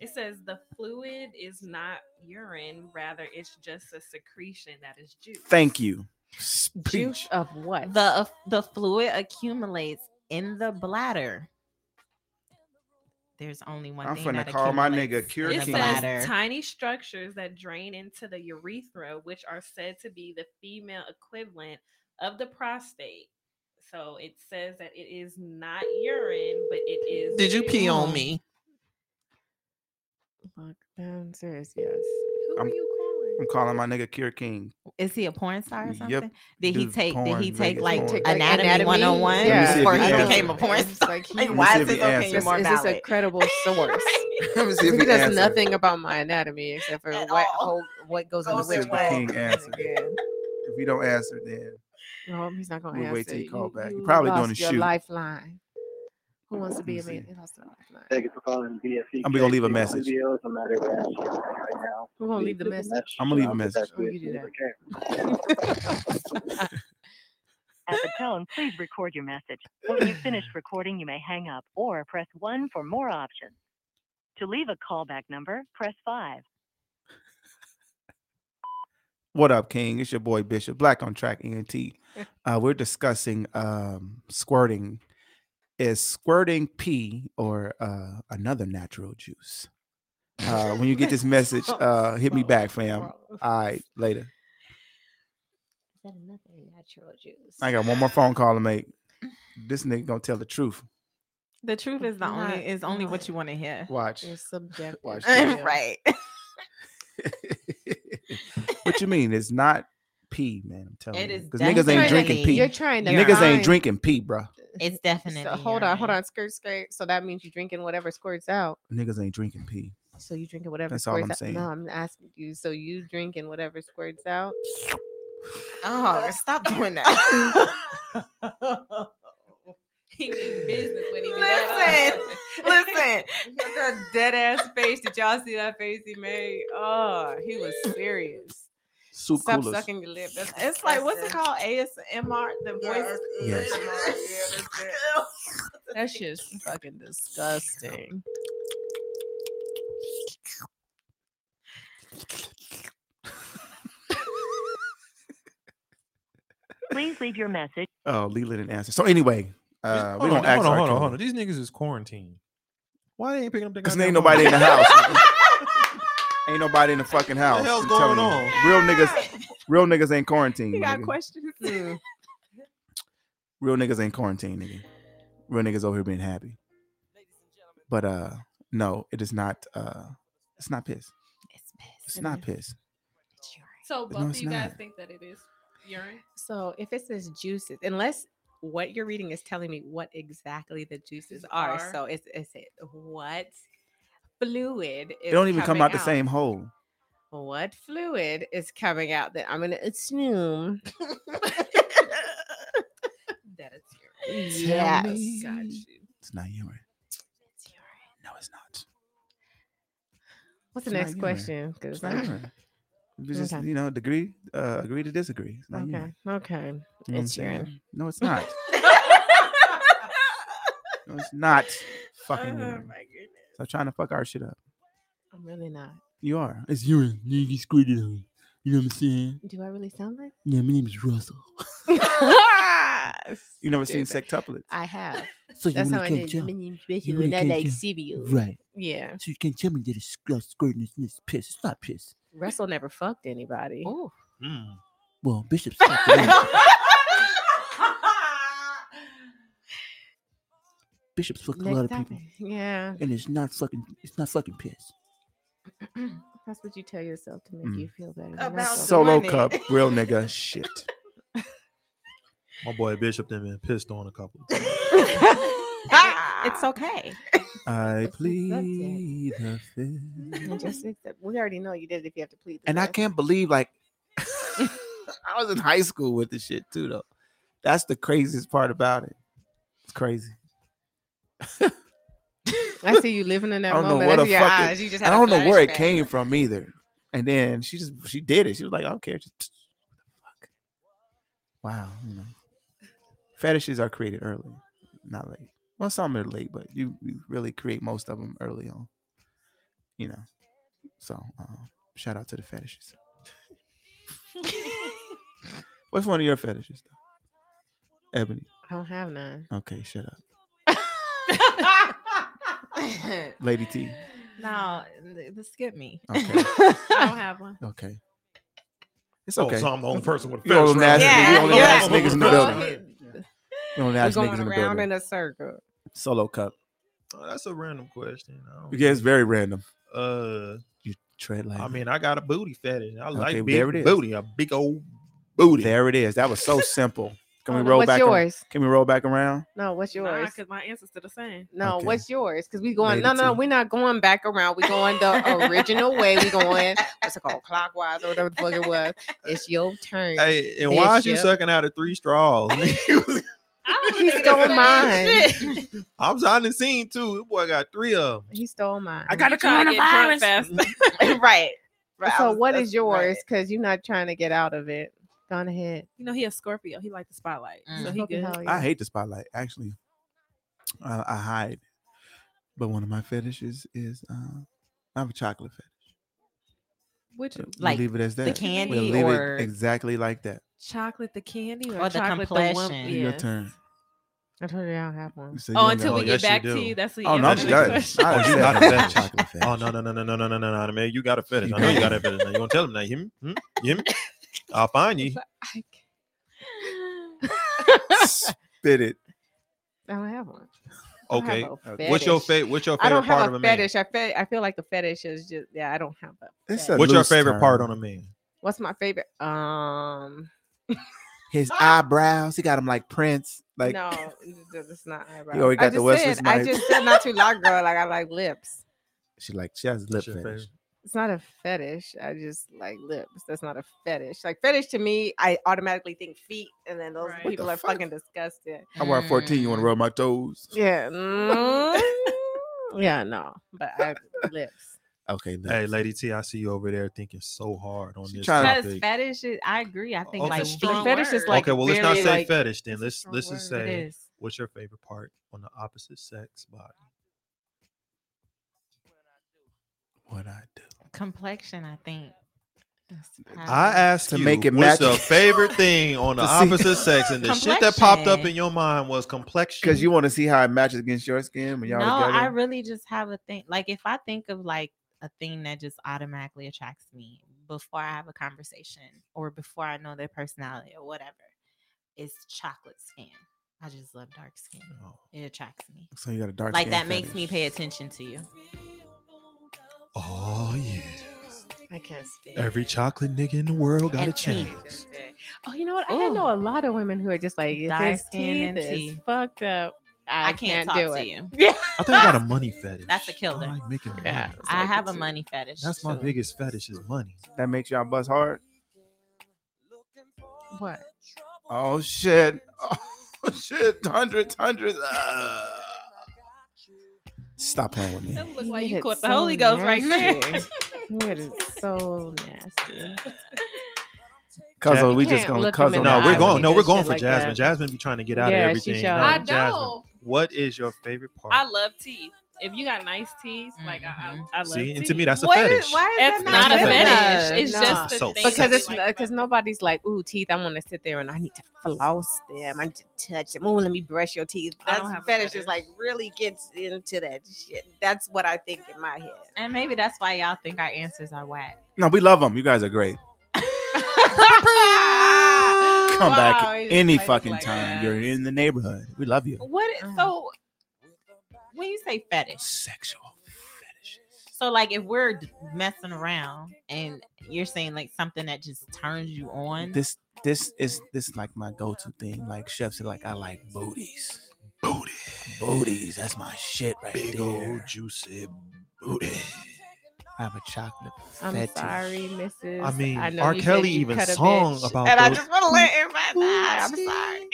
it says the fluid is not urine, rather it's just a secretion that is juice.
Thank you.
juice
Speech.
of what?
The the fluid accumulates in the bladder. There's only one.
I'm
thing
finna
that
call my
accumulates
nigga Cure
in
It
the
says
King.
bladder.
tiny structures that drain into the urethra, which are said to be the female equivalent of the prostate. So it says that it is not urine, but it is. juice.
Lockdown, serious, yes.
Who
I'm-
are you calling?
I'm calling my nigga Cure King.
Is he a porn star or
Yep.
something? Did he
Dude,
take?
porn,
did he
nigga,
take like
porn.
anatomy one on one
oh Let me see if
before
he
he
has
became
it.
a porn
It's
star?
like, he-
Like,
Let me
why
see
is
if he
this okay?
answers.
You're
This-
more
is this a
valid.
credible source?
Let me see
he
if he
does
answers.
nothing about my anatomy except for
At
what
all.
whole, what goes on the
Goes
Let's see
Which
if the
way?
king answers. If he don't answer, then
No, he's not gonna
We'll
answer.
wait till he call back. He
you
probably doing
lost
a
your
shoot.
Lifeline. Who wants to
Let
be
me
a man?
see.
They lost their lifeline.
Thank you for calling BSC.
I'm gonna leave a message.
Studios. I'm at her ass right now.
We're gonna leave the message.
I'm gonna leave a
I'll get back
message.
to
Oh,
it
you do
as soon as
that.
I can.
At the tone, please record your message. When you've finished recording, you may hang up or press 1 for more options. To leave a callback number, press 5.
What up, King? It's your boy Bishop, Black on Track ENT. Uh, we're discussing um, squirting. Is squirting pee or uh, another natural juice? Uh, when you get this message, uh, hit me back, fam. All right, later. I got one more phone call to make. This nigga gonna tell the truth.
The truth is the only is only what you want to hear.
Watch.
You're subjective.
Watch this.
Yeah.
right.
what you mean? It's not pee, man. I'm telling
It
you,
is
because niggas ain't drinking
definitely-
pee.
You're trying to.
Niggas
find-
ain't drinking pee, bruh.
It's
So
definitely.
hold on, hold
urine.
on. Skirt, skirt. So that means you're drinking whatever squirts out.
Niggas ain't drinking pee.
So you drinking whatever.
That's all
squirts
I'm
out.
saying.
No, I'm asking you. So you drinking whatever squirts out.
Oh, stop doing that.
He mean business when he do
Listen,
that.
Listen, that dead ass face. Did y'all see that face he made? Oh, he was serious.
Soup
Stop
coolers.
sucking your lip. That's
it's like what's it
disgusting.
called? ASMR. The voice.
Yes.
That shit's fucking disgusting.
Please leave your message.
Oh, Leela didn't answer. So anyway,
Just-
uh, we
hold
don't
on,
ask.
Hold on,
R.
hold on,
Kelly.
hold on. These niggas is quarantined. Why they ain't picking up their
Cause
goddamn
ain't nobody in the
phone?
house. ain't nobody in the fucking house.
hell's
I'm
going
telling you. Real niggas, real niggas ain't quarantined. nigga.
questions.
real niggas ain't quarantined, nigga. Real niggas over here being happy. But uh, no, it is not. Uh, it's not piss.
It's
It's not piss.
So
No,
both of
it's
you guys
not.
think that it is urine?
So if it says juices, unless what you're reading is telling me what exactly the juices are,
Are.
so it's it's it what fluid is
It don't even come
coming
out the same hole.
What fluid is coming out that I'm gonna uh, assume that it's urine.
Tell me.
Got you.
It's not urine. No, it's not.
What's the
It's not
next
urine.
question?
It's
'Cause
not
I-
urine. We just
Okay.
you know agree, uh, agree to disagree. It's not
Okay.
urine.
Okay.
You know what I'm
It's
saying?
urine.
No, it's not. No, it's not fucking
Oh Um,
urine. Stop trying to fuck our shit up.
I'm really not.
You are. It's urine. You get squirted on. You know what I'm saying?
Do I really sound like?
Yeah, my name is Russell. You never seen
Stupid.
Sectuplets?
I have.
So you
That's how
wanna
I
come
did.
tell
Mini bitch,
You
when
really
I
can't
like
jump.
see you.
Right.
Yeah.
So you can't tell me that it's uh, squirting this, this piss. It's not piss.
Russell never fucked anybody.
Ooh.
Mm.
Well, Bishop's fucked it up. Bishop's fucked a lot of
Next
people.
topic. Yeah.
And it's not fucking it's not fucking piss.
That's what you tell yourself to make
Mm.
you feel better.
About
Russell.
Solo
money.
cup, real nigga shit.
My boy Bishop then been pissed on a couple. of times.
it's okay.
I
That's
plead
the
the
You
fifth.
just accept- we already know you did it if you have to plead. the
And I
fifth.
can't believe like I was in high school with this shit too though. That's the craziest part about it. It's crazy.
I see you living in that
I don't know
moment.
what
I
the
see your
fuck it-
eyes. You just
I
had a
don't know where it
flashback.
came from either. And then she just she did it. She was like, I don't care. Just, fuck. Wow, you know. Fetishes are created early, not late. Well, some are late, but you, you really create most of them early on. You know. So uh, shout out to the fetishes. What's one of your fetishes though? Ebony.
I don't have none.
Okay, shut up. Lady T.
No, th- th- skip me.
Okay.
I don't have one.
Okay. It's
Oh,
okay.
so I'm the only person with a
You're the
fetish around
nasty-
here.
you're the only
Yeah.
nasty
niggas in the
Well,
building.
You don't
We're
ask niggas
going
in the
around
building.
in a circle.
Solo cup.
oh, That's a random question. I don't-
Yeah, it's very random.
Uh,
You Tread lightly.
I mean, I got a booty fetish. I like
well,
big
there it is.
booty, a big old booty.
there it is. That was so simple. Can
Oh,
we
no,
roll
what's
back? ar-
yours?
Can we roll back around?
No, what's
Nah,
yours?
cause my answers to the same.
No,
Okay.
what's yours? Because we going
Lady
no, no, no,
T.
we're not going back around. We're going the original way. We're going what's it called, clockwise or whatever the fuck it was. It's your turn.
Hey, and why is you
Bishop.
sucking out of three straws?
I
He
was
stole
thinking the same shit.
I'm starting to see too. This boy got three of them.
He stole mine.
I got a
You trying to get drunk
coronavirus.
fast.
right.
Right, I
So
was-
what
that's
is
right.
yours? Because you're not trying to get out of it. Gone ahead.
You know he a Scorpio. He like the spotlight, so
Mm.
he
Fucking
good.
hell
I
yeah.
hate the spotlight. Actually, I, I hide. But one of my fetishes is uh, I have a chocolate fetish.
Which
We'll
Like
leave it as that.
the candy
we'll leave
or
it exactly like that.
chocolate, the candy, or,
Or the
chocolate one?
complexion.
Your
Yeah.
turn.
I told you I don't have one.
So you
Oh,
don't
until
know.
we
Oh,
get
yes, you
back to
do.
you, that's the
Oh no, I'm
answer to the
done.
done.
question.
I
Oh, you
said I
got a
have a
fetish.
chocolate fetish.
Oh no no no no no no no no no man! You got a fetish. I know you got a fetish. Now you gonna tell him now? You, hmm? Hmm? you hmm? I'll find you.
I
Spit it.
don't have one. I don't have
Okay. Uh,
a
Okay.
What's your
fetish.
favorite? What's your
I
favorite
don't
part
have
of
a
a man?
fetish. I fe- I feel like the fetish is just yeah. I don't have a.
It's
fetish.
a
What's your
loose
favorite part
term.
on a man?
What's my favorite? Um,
His eyebrows. He got them like Prince. Like
no, th- it's not eyebrows.
already
I
got the
just
Wesley
said, I
Snipes.
just said not too long ago. Like I like lips.
she like she has lip
What's your
fetish.
favorite?
It's not a fetish. I just like lips. That's not a fetish. Like fetish to me, I automatically think feet, and then those
Right. What
people
the
are
fuck?
fucking disgusted.
I wear 14. You want to rub my toes?
Yeah. mm, yeah. No, but I lips.
Okay. look.
Hey, Lady T, I see you over there thinking so hard on
She
this
tryna-
topic.
Because fetish, is, I agree. I think
Okay.
like
It's a
feet-
strong
fetish is
word.
like
okay, well, let's not
very,
say
like-
fetish then.
it's a
Let's
strong
let's just
word.
It
say,
is.
what's your favorite part on the opposite sex body?
What I do?
complexion. I think. That's
I
probably-
asked
To
you,
make it
what's
match-
your favorite thing on the
To see-
opposite sex, and the shit that popped up
Complexion.
in your mind was complexion.
Because you want to see how it matches against your skin when y'all
no, I
together.
really just have a thing. Like if I think of like a thing that just automatically attracts me before I have a conversation or before I know their personality or whatever, it's chocolate skin. I just love dark skin.
Oh.
It attracts me.
so you got a dark
Like
skin
that makes
fetish.
me pay attention to you.
Oh yeah.
I can't speak.
Every chocolate nigga in the world got a
And teeth.
chance.
Oh, you know what? I know a lot of women who are just like
Dark
dark
skin
skin
and
is
teeth.
fucked up. I,
I, can't, talk
do
to
it.
you.
I think I got a money fetish.
That's a killer.
I like making money.
Yeah.
I have a money fetish.
That's my
too.
biggest fetish is money.
That makes y'all bust hard.
What?
Oh shit! Oh shit! Hundreds, hundreds. Ah. Stop playing with me.
That look like you caught the Holy Ghost right there.
It is so nasty.
Cause
Yeah.
we
You
just
can't
gonna
look
cuz
them in
on
the
No,
I
we're
would
going.
do
No, we're
that
going
shit
for
like
Jasmine.
that.
Jasmine be trying to get out
Yeah,
of
she
everything.
shall.
No,
I
Jasmine,
don't.
what is your favorite part?
I love teeth. If you got nice teeth, like I, I, I love
See,
teeth.
and to me, that's a fetish.
It's not a fetish. It's
No.
just the
So
thing
fetish.
that
because
we
it's
like
because
about
nobody's like, ooh, teeth. I want to sit there and I need to floss them. I need to touch them. Ooh, let me brush your teeth.
I
That's
don't have a
fetish is
fetish.
like really gets into that shit. That's what I think in my head.
And maybe that's why y'all think our answers are whack.
No, we love them. You guys are great. Come
Wow,
back
he just
any
plays
fucking
like
time.
that.
You're in the neighborhood. We love you.
What? is-
Mm.
So when you say fetish,
Sexual fetishes.
so like if we're d- messing around and you're saying like something that just turns you on,
This, this is this is like my go-to thing. Like chefs are like, I like booties. Booty. Booties. That's my shit right
Big
there.
old juicy booty.
I have a chocolate
I'm
fetish.
sorry, Mrs.
Mm. I mean,
know
R.
you said
Kelly
you
even
cut a
song
bitch.
about
And I
those-
just want to let everybody know I'm sorry.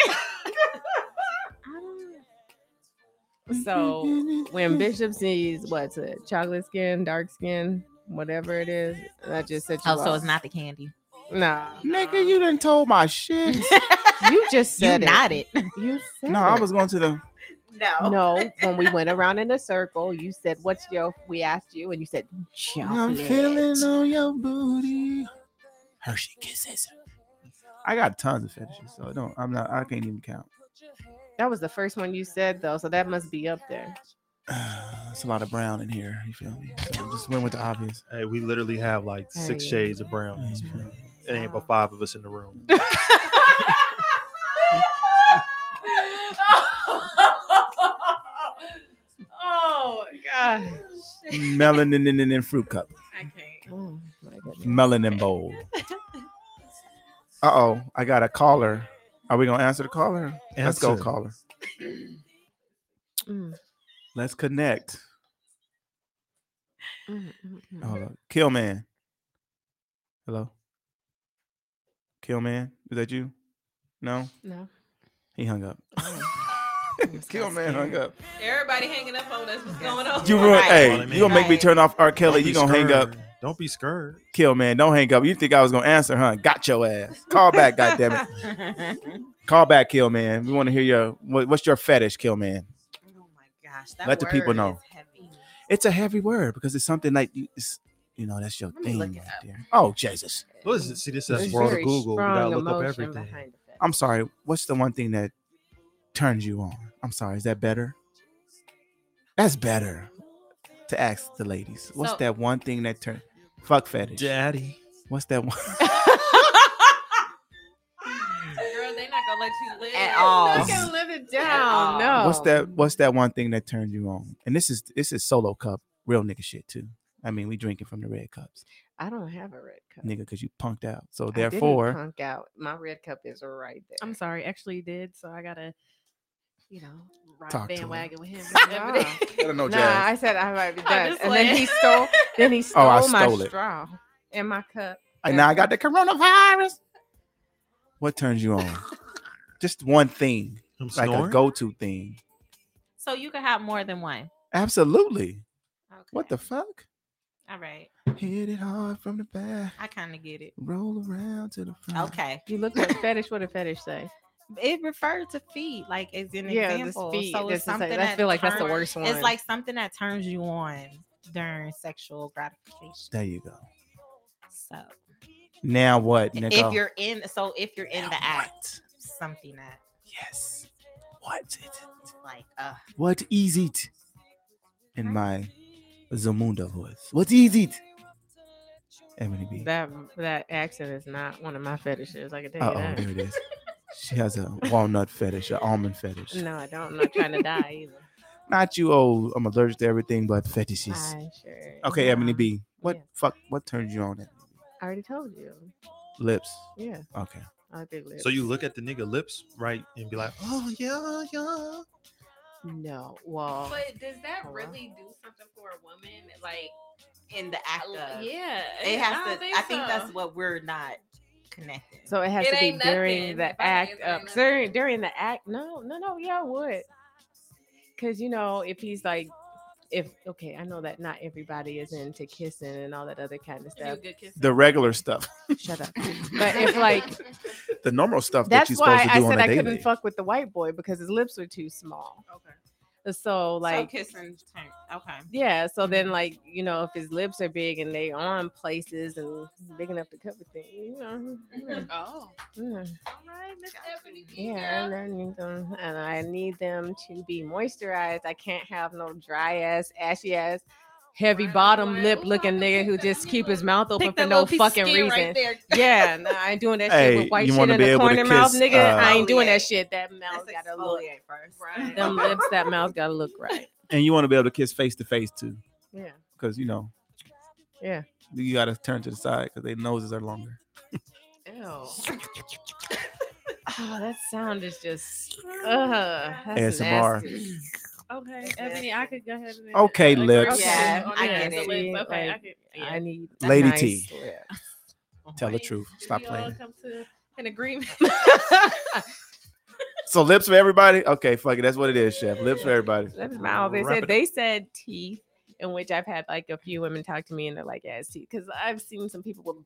So when Bishop sees what's a chocolate skin, dark skin, whatever it is, that just said you
oh, so
off.
it's not the candy.
no.
Nigga, you done told my shit.
You just
You
said it.
nodded.
You said
no, I
it.
was going to the
No.
No, when we went around in a circle, you said, "What's your?" We asked you, and you said, "Chocolate."
I'm feeling on your booty. Hershey kisses. I got tons of fetishes, so don't. I'm not. I can't even count.
That was the first one you said, though, so that must be up there.
it's a lot of brown in here. You feel me? So I just went with the obvious.
Hey, we literally have like
Oh,
six
yeah.
shades of brown. in this
Mhm.
Mm-hmm.
room. It ain't but five of us in the room.
Oh God, Oh
Melanin and, and, and fruit cup.
I can't.
Oh,
melanin bold. Uh oh, I got a caller. Are we gonna answer the caller? Let's go,
Answer.
caller.
Mm,
Let's connect.
mm, mm, mm.
Hold on. Kill man. Hello. Kill man. Is that you? No?
No.
He hung up.
was
Kill
kinda
man hung
scared.
up.
Everybody hanging up on us. What's going on?
You ruined hey,
Right.
you gonna make me
Right.
turn off R. Kelly.
Don't be
You gonna hang up.
scared. Don't be scared.
Kill man, don't hang up. You think I was gonna answer, huh? Got your ass. Call back, goddammit. Call back, Kill Man. We want to hear your what, what's your fetish, Kill Man.
Oh my gosh. That
Let the people
word
know.
is heavy.
It's a heavy word because it's something like you, it's, you know that's your
Let me
thing
look
right
it up.
there. Oh Jesus!
What is it? See, this
There's
is world of
very
Google. We gotta
strong
look up
emotion
everything.
behind the fact.
I'm sorry. What's the one thing that turns you on? I'm sorry. Is that better? That's better to ask the ladies. What's
So-
that one thing that turn fuck fetish?
Daddy.
What's that one?
Girl, they not gonna let you live
At all.
Look at-
live it
down,
No.
What's that? What's that one thing that turns you on? And this is this is solo cup, real nigga shit too. I mean, we drinking from the red cups,
I don't have a red cup.
nigga, because you punked out. So
I didn't
therefore,
punk out. My red cup is right there.
I'm sorry, actually you did, so I gotta, you know, ride
Talk to him.
bandwagon with him.
Nah.
I don't know,
Nah,
Jazz.
I said I might be
I'm
done,
just
and then he
playing.
stole. Then he stole,
Oh, I
my
stole it.
straw and my cup.
And now I got the coronavirus. What turns you on? Just one thing,
I'm
like a
snoring.
go-to thing.
So you can have more than one.
Absolutely.
Okay.
What the fuck?
All right.
Hit it hard from the back,
I kind of get it.
roll around to the front.
Okay.
You look at fetish. What a fetish say?
It referred to feet, like as an
yeah,
example.
this feet.
So
this
it's
is like-
something
I
that
feel like that's the
turns-
worst one.
It's like something that turns you on during sexual gratification.
There you go.
So
Now what,
if
nigga?
you're in, so if you're in the act, something that
Yes. What's it?
like, uh,
What is it? In my Zamunda voice. What is it? Ebony B.
that. That accent is not one of my fetishes. I can tell
Uh
you
oh,
that.
there it is. She has a walnut fetish, an almond fetish.
No, I don't. I'm not trying to die either.
Not you, oh, I'm allergic to everything but fetishes.
I sure.
Okay, Ebony
am.
B. What
Yeah.
fuck? What turns you on? Ebony B?
I already told you.
Lips.
Yeah,
Okay.
I like big lips.
So you look at the nigga lips, right, and be like, oh yeah, yeah.
No, well,
But does that
Hello?
really do something for a woman? Like,
in the act
uh,
of.
yeah,
It
I
has
don't
to. I think that's
so.
what we're not connecting.
So it has
It
to be
ain't
during
nothing.
the
If I had-
act
it ain't
of
nothing.
during during the act. No, no, no. Yeah, I would. Cause you know, if he's like, if okay, I know that not everybody is into kissing and all that other kind of
If you a
stuff.
good kisser.
The regular stuff,
Shut up. But if like
the normal stuff that
that's
you're
why
supposed to
I
do on
said
a
I
daily.
couldn't fuck with the white boy because his lips were too small. Uh,
Okay.
So like
kissing. turn- Okay.
yeah, so
mm-hmm.
then like, you know, if his lips are big and they on places and big enough to cover things, you know. mm,
Oh,
mm.
all right, Miss Ebony.
Yeah, and I need them, and I need them to be moisturized. I can't have no dry ass, ashy ass, heavy
Right,
bottom
like,
lip
ooh, I
looking
can
nigga
pick
who
that
just keep his
little-
mouth open
Pick
for
that
no
little piece of
fucking
skin
reason.
Right there.
yeah, nah, I ain't doing that shit
Hey,
with white
you
shit in
wanna be
the
able to
corner mouth,
kiss, uh,
nigga. I ain't
Oh,
doing that
exfoliate.
shit. That mouth
Let's
gotta look.
exfoliate first.
Right.
Them lips, that mouth gotta look right.
and you want to be able to kiss face to face too,
Yeah,
because you know
yeah.
you got to turn to the side because their noses are longer.
Ew. oh, that sound is just. Uh, that's
ASMR.
nasty.
Okay, Ebony, I could go ahead and
Okay,
agree
lips.
with you
Yeah,
on
I get
that. The
it.
lips, Okay, I
Like,
could.
I need a
Lady
nice
T.
lip.
Tell the
Wait,
truth.
did
Stop
we all
playing.
Come to an agreement.
So lips for everybody. Okay, fuck it. That's what it is, chef. Lips for everybody.
That's mouth. They
Wrap it
said
up.
they said teeth, in which I've had like a few women talk to me and they're like, "Yeah, it's teeth," because I've seen some people. With,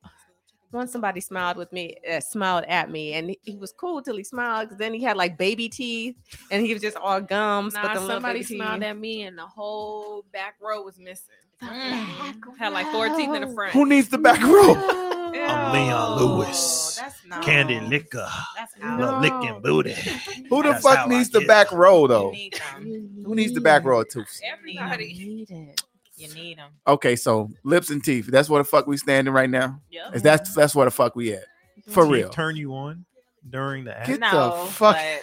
once somebody smiled with me, uh, smiled at me, and he- he was cool till he smiled. 'cause then he had like baby teeth, and he was just all gums. but
nah,
them little
somebody
baby
smiled
teeth.
at me and the whole back row was missing.
Mm.
Had like four teeth in the front.
Who needs the back row?
I'm Leon
No,
Lewis.
That's not
Candy liquor,
That's
the
out.
licking booty.
Who the
That's how
fuck
I
needs the
get.
back row
You
though?
need them.
Who needs the back row of tooth?
Everybody.
Need it.
You need them.
Okay, so lips and teeth. That's where the fuck we standing right now.
Yep.
Is that's that's where the fuck we at? For
Teeth
real.
Turn you on during the act.
Get the
no,
fuck-
but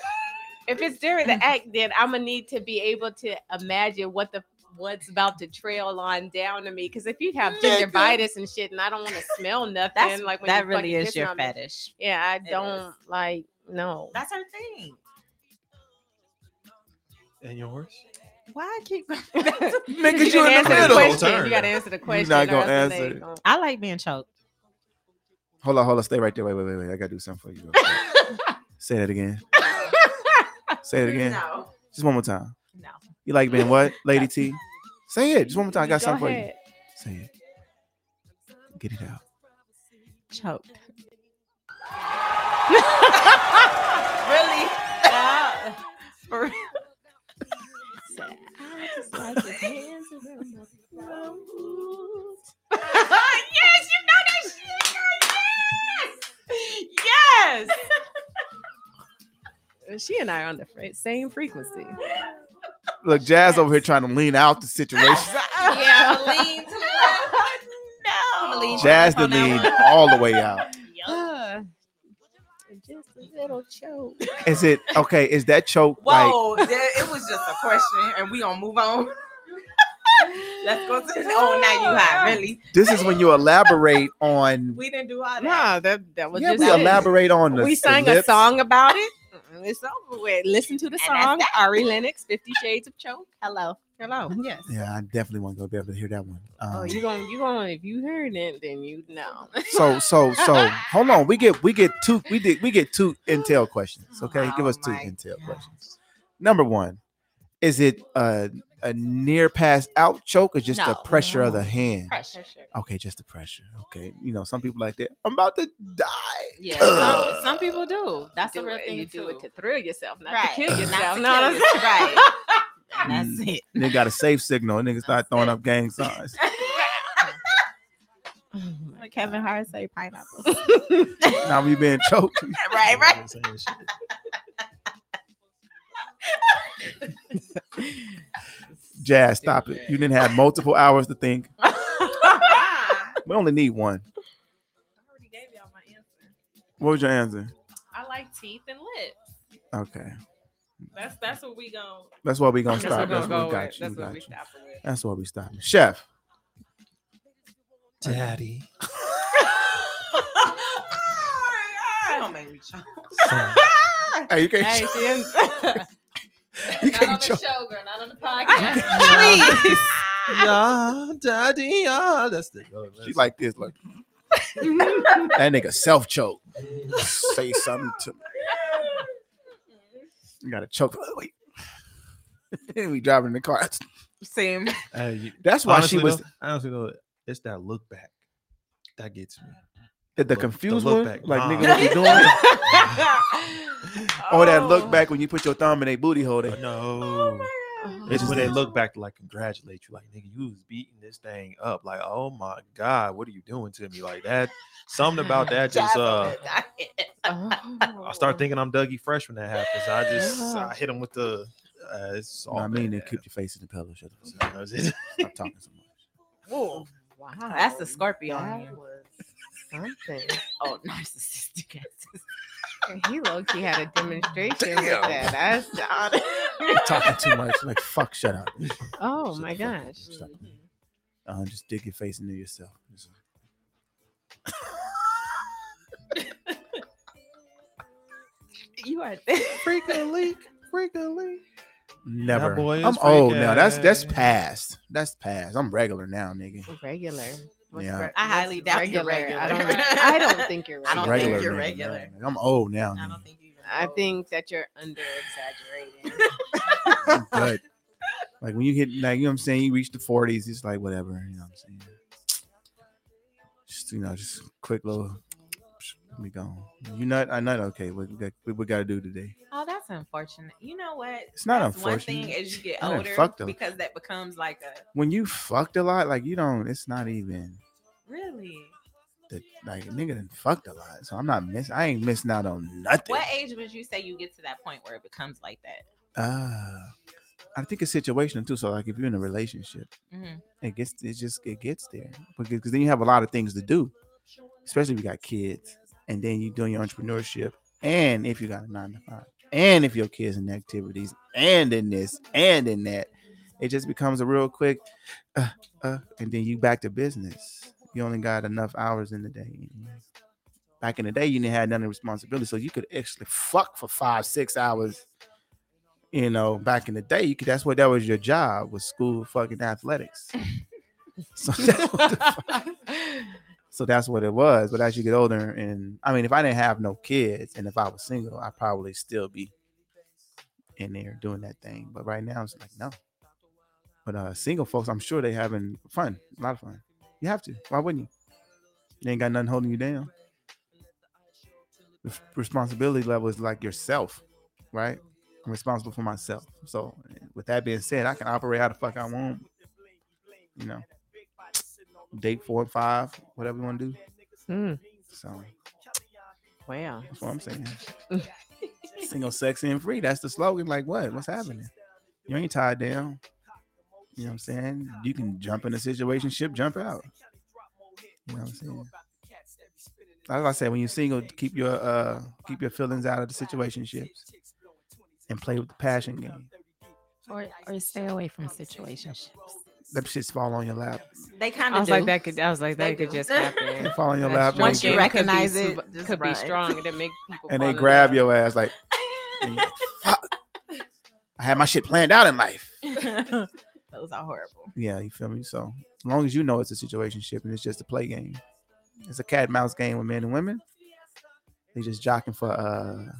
If it's during the act, then I'm gonna need to be able to imagine what the what's about to trail on down to me. Because if you have gingivitis and shit, and I don't want to smell nothing,
That's
like when
that
you
really
fucking
is
kissing
your
on me.
fetish.
Yeah, I
is.
don't like no.
That's her thing.
And yours?
Why I keep
Nigga, you in the
answer
middle.
question.
Turn.
You gotta answer the question. or
not gonna
else they
answer it.
gonna-
I like being choked.
Hold on, hold on. Stay right there. Wait, wait, wait, wait. I gotta do something for you. Say that again. Say it again.
No,
Just one more time.
no.
You like being what, Lady T? Say it. Just one more time. I got
Go
something
ahead.
for you. Say it. Get it out.
Choked.
Really? Yeah. For real.
yes, you know that shit. Yes. Yes.
She and I are on the fre- same frequency.
Look, Jazz over here trying to lean out the situation.
Yeah, I'm gonna lean to the left. I'm gonna lean to the
Jazz
left
to
on that
lean
one.
all the way out.
Uh, just a little choke.
Is it okay? Is that
oh,
choke like
Whoa, that, it was just a question, and we gonna move on. Let's go to the. Oh, now you hot, really?
this? Is when you elaborate on
We didn't do all that.
Nah, that that was
yeah,
just
we
it.
elaborate on the
We
the
sang a
lips.
song about it. Mm, It's over with. Listen to the
And that's
song. Ari Lennox, Fifty Shades of Choke. Hello, hello. Yes.
Yeah, I definitely want to go be able to hear that one. Um,
Oh, you gonna you gonna if you heard it, then you know.
so so so hold on. We get we get two we did we get two intel questions. Okay, give us two intel questions. Number one, is it a a near pass out choke or just the
No.
pressure of the hand?
Pressure.
Okay, just the pressure. Okay, you know some people like that. I'm about to die.
Yeah. Some, some people do. That's
do
a real
it,
thing.
You do
too.
it to thrill yourself, not to
Right.
kill
Not to
yourself.
kill
no, I'm
yourself.
saying-
Right. And that's it.
Mm. They got a safe signal. Niggas start throwing up gang signs. Oh,
Like Kevin Hart say pineapple.
now we being choked.
right, right.
Jazz, stop it. You didn't have multiple hours to think.
Ah,
We only need one.
I already gave y'all my answer.
What was your answer?
I like teeth and lips.
Okay.
That's that's what we going
That's why we gonna
That's what
stop.
we're
That's
gonna
what
go
we
with.
got you.
That's
We
what we
got you.
stopping with.
That's why we stopping. Chef.
Daddy.
Don't make me choke.
Son.
Hey, you can't
Hey,
choke.
she is-
You
Not on
can't
the
choke.
show, girl. Not on the podcast.
Please.
yeah, daddy. Yeah, that's the. oh,
She
that's-
like this, like that nigga self choke. Say something to me. You gotta choke. Wait. Then we driving in the car.
Same.
Hey, you-
That's why
honestly
she was
though- honestly though, it's that look back that gets me.
the, the
look- the
confused one.
look back.
Like
Nah.
nigga, what you doing? or that
Oh.
look back when you put your thumb in a booty hole. They,
But
Oh,
no, it's when they look back to like congratulate you, like nigga, you was beating this thing up. Like, oh my god, what are you doing to me? Like that. Something about that just uh, I start thinking I'm Dougie Fresh when that happens. I just I hit him with the. Uh, it's all
I mean, they
bad.
keep your face in the pillow. Shut the fuck up.
You know, it's-
Stop talking so much.
Whoa. Wow.
That's the Scorpio in
That
you.
was something.
Oh, narcissistic. ass.
And he low key had a demonstration with that. That's the-
You're talking too much. Like fuck, shut up.
Oh
Shut
my
the fuck up.
gosh.
Stop it. Uh, just dig your face into yourself. Just-
You are
freak a leak, freak a leak.
Never.
boy is
I'm old
freaking.
now. That's that's past. That's past. I'm regular now, nigga.
regular.
Yeah.
I highly
what's
doubt you're
I don't,
regular.
know. I don't think you're
I
regular.
don't
regular
think you're
nigga,
regular.
man. I'm old now.
I don't
Nigga.
think you. even
I
know.
think that you're under exaggerating.
I'm good. Like when you hit, like you know, what I'm saying, you reach the 40s. It's like whatever. You know, what I'm saying. Just you know, just quick little. We gone. You nut? I nut. Okay. What we got, what we got to do today?
Oh, that's unfortunate. You know what?
It's not
That's one
unfortunate.
thing as you get
I done
older
fucked 'em.
because that becomes like a
when you fucked a lot, like you don't. It's not even.
really.
The, like a nigga done fucked a lot, so I'm not miss. I ain't missing out on nothing.
What age would you say you get to that point where it becomes like that?
Uh, I think it's situational too. So like if you're in a relationship,
Mhm.
it gets it just it gets there because then you have a lot of things to do, especially if you got kids, and then you're doing your entrepreneurship, and if you got a nine to five, and if your kids in activities, and in this, and in that, It just becomes a real quick, uh, uh, and then you back to business. You only got enough hours in the day. anyway. Back in the day, you didn't have none of the responsibility, so you could actually fuck for five, six hours. You know, back in the day, you could. That's what that was your job was school fucking athletics. so that was the so that's what it was. But as you get older, and I mean, if I didn't have no kids and if I was single, I'd probably still be in there doing that thing. But right now, it's like, no. But uh single folks, I'm sure they having fun, a lot of fun. You have to. Why wouldn't you? You ain't got nothing holding you down. The f- responsibility level is like yourself, right? I'm responsible for myself. So, with that being said, I can operate how the fuck I want. You know, date four and five, whatever you want to do.
Hmm.
So
Wow.
that's what I'm saying. Single, sexy, and free. That's the slogan. Like, what? What's happening? You ain't tied down. You know what I'm saying? You can jump in a situation, ship, jump out. You know what I'm saying? Like I said, when you're single, keep your uh keep your feelings out of the situationships and play with the passion game.
Or, or stay away from situationships.
Let shits fall on your lap.
They kind
I
of
was
do.
like that could I was like
They
that could
do.
just happen.
They fall on your lap. and
Once
they
you
get-
Could be
recognize it,
super-
just
could be
run.
strong and it make people
and they
fall in
grab
love.
your ass like, and you're like, fuck. I had my shit planned out in life.
Those are horrible.
Yeah, you feel me? So as long as you know it's a situation ship and it's just a play game. It's a cat and mouse game with men and women. They just jocking for uh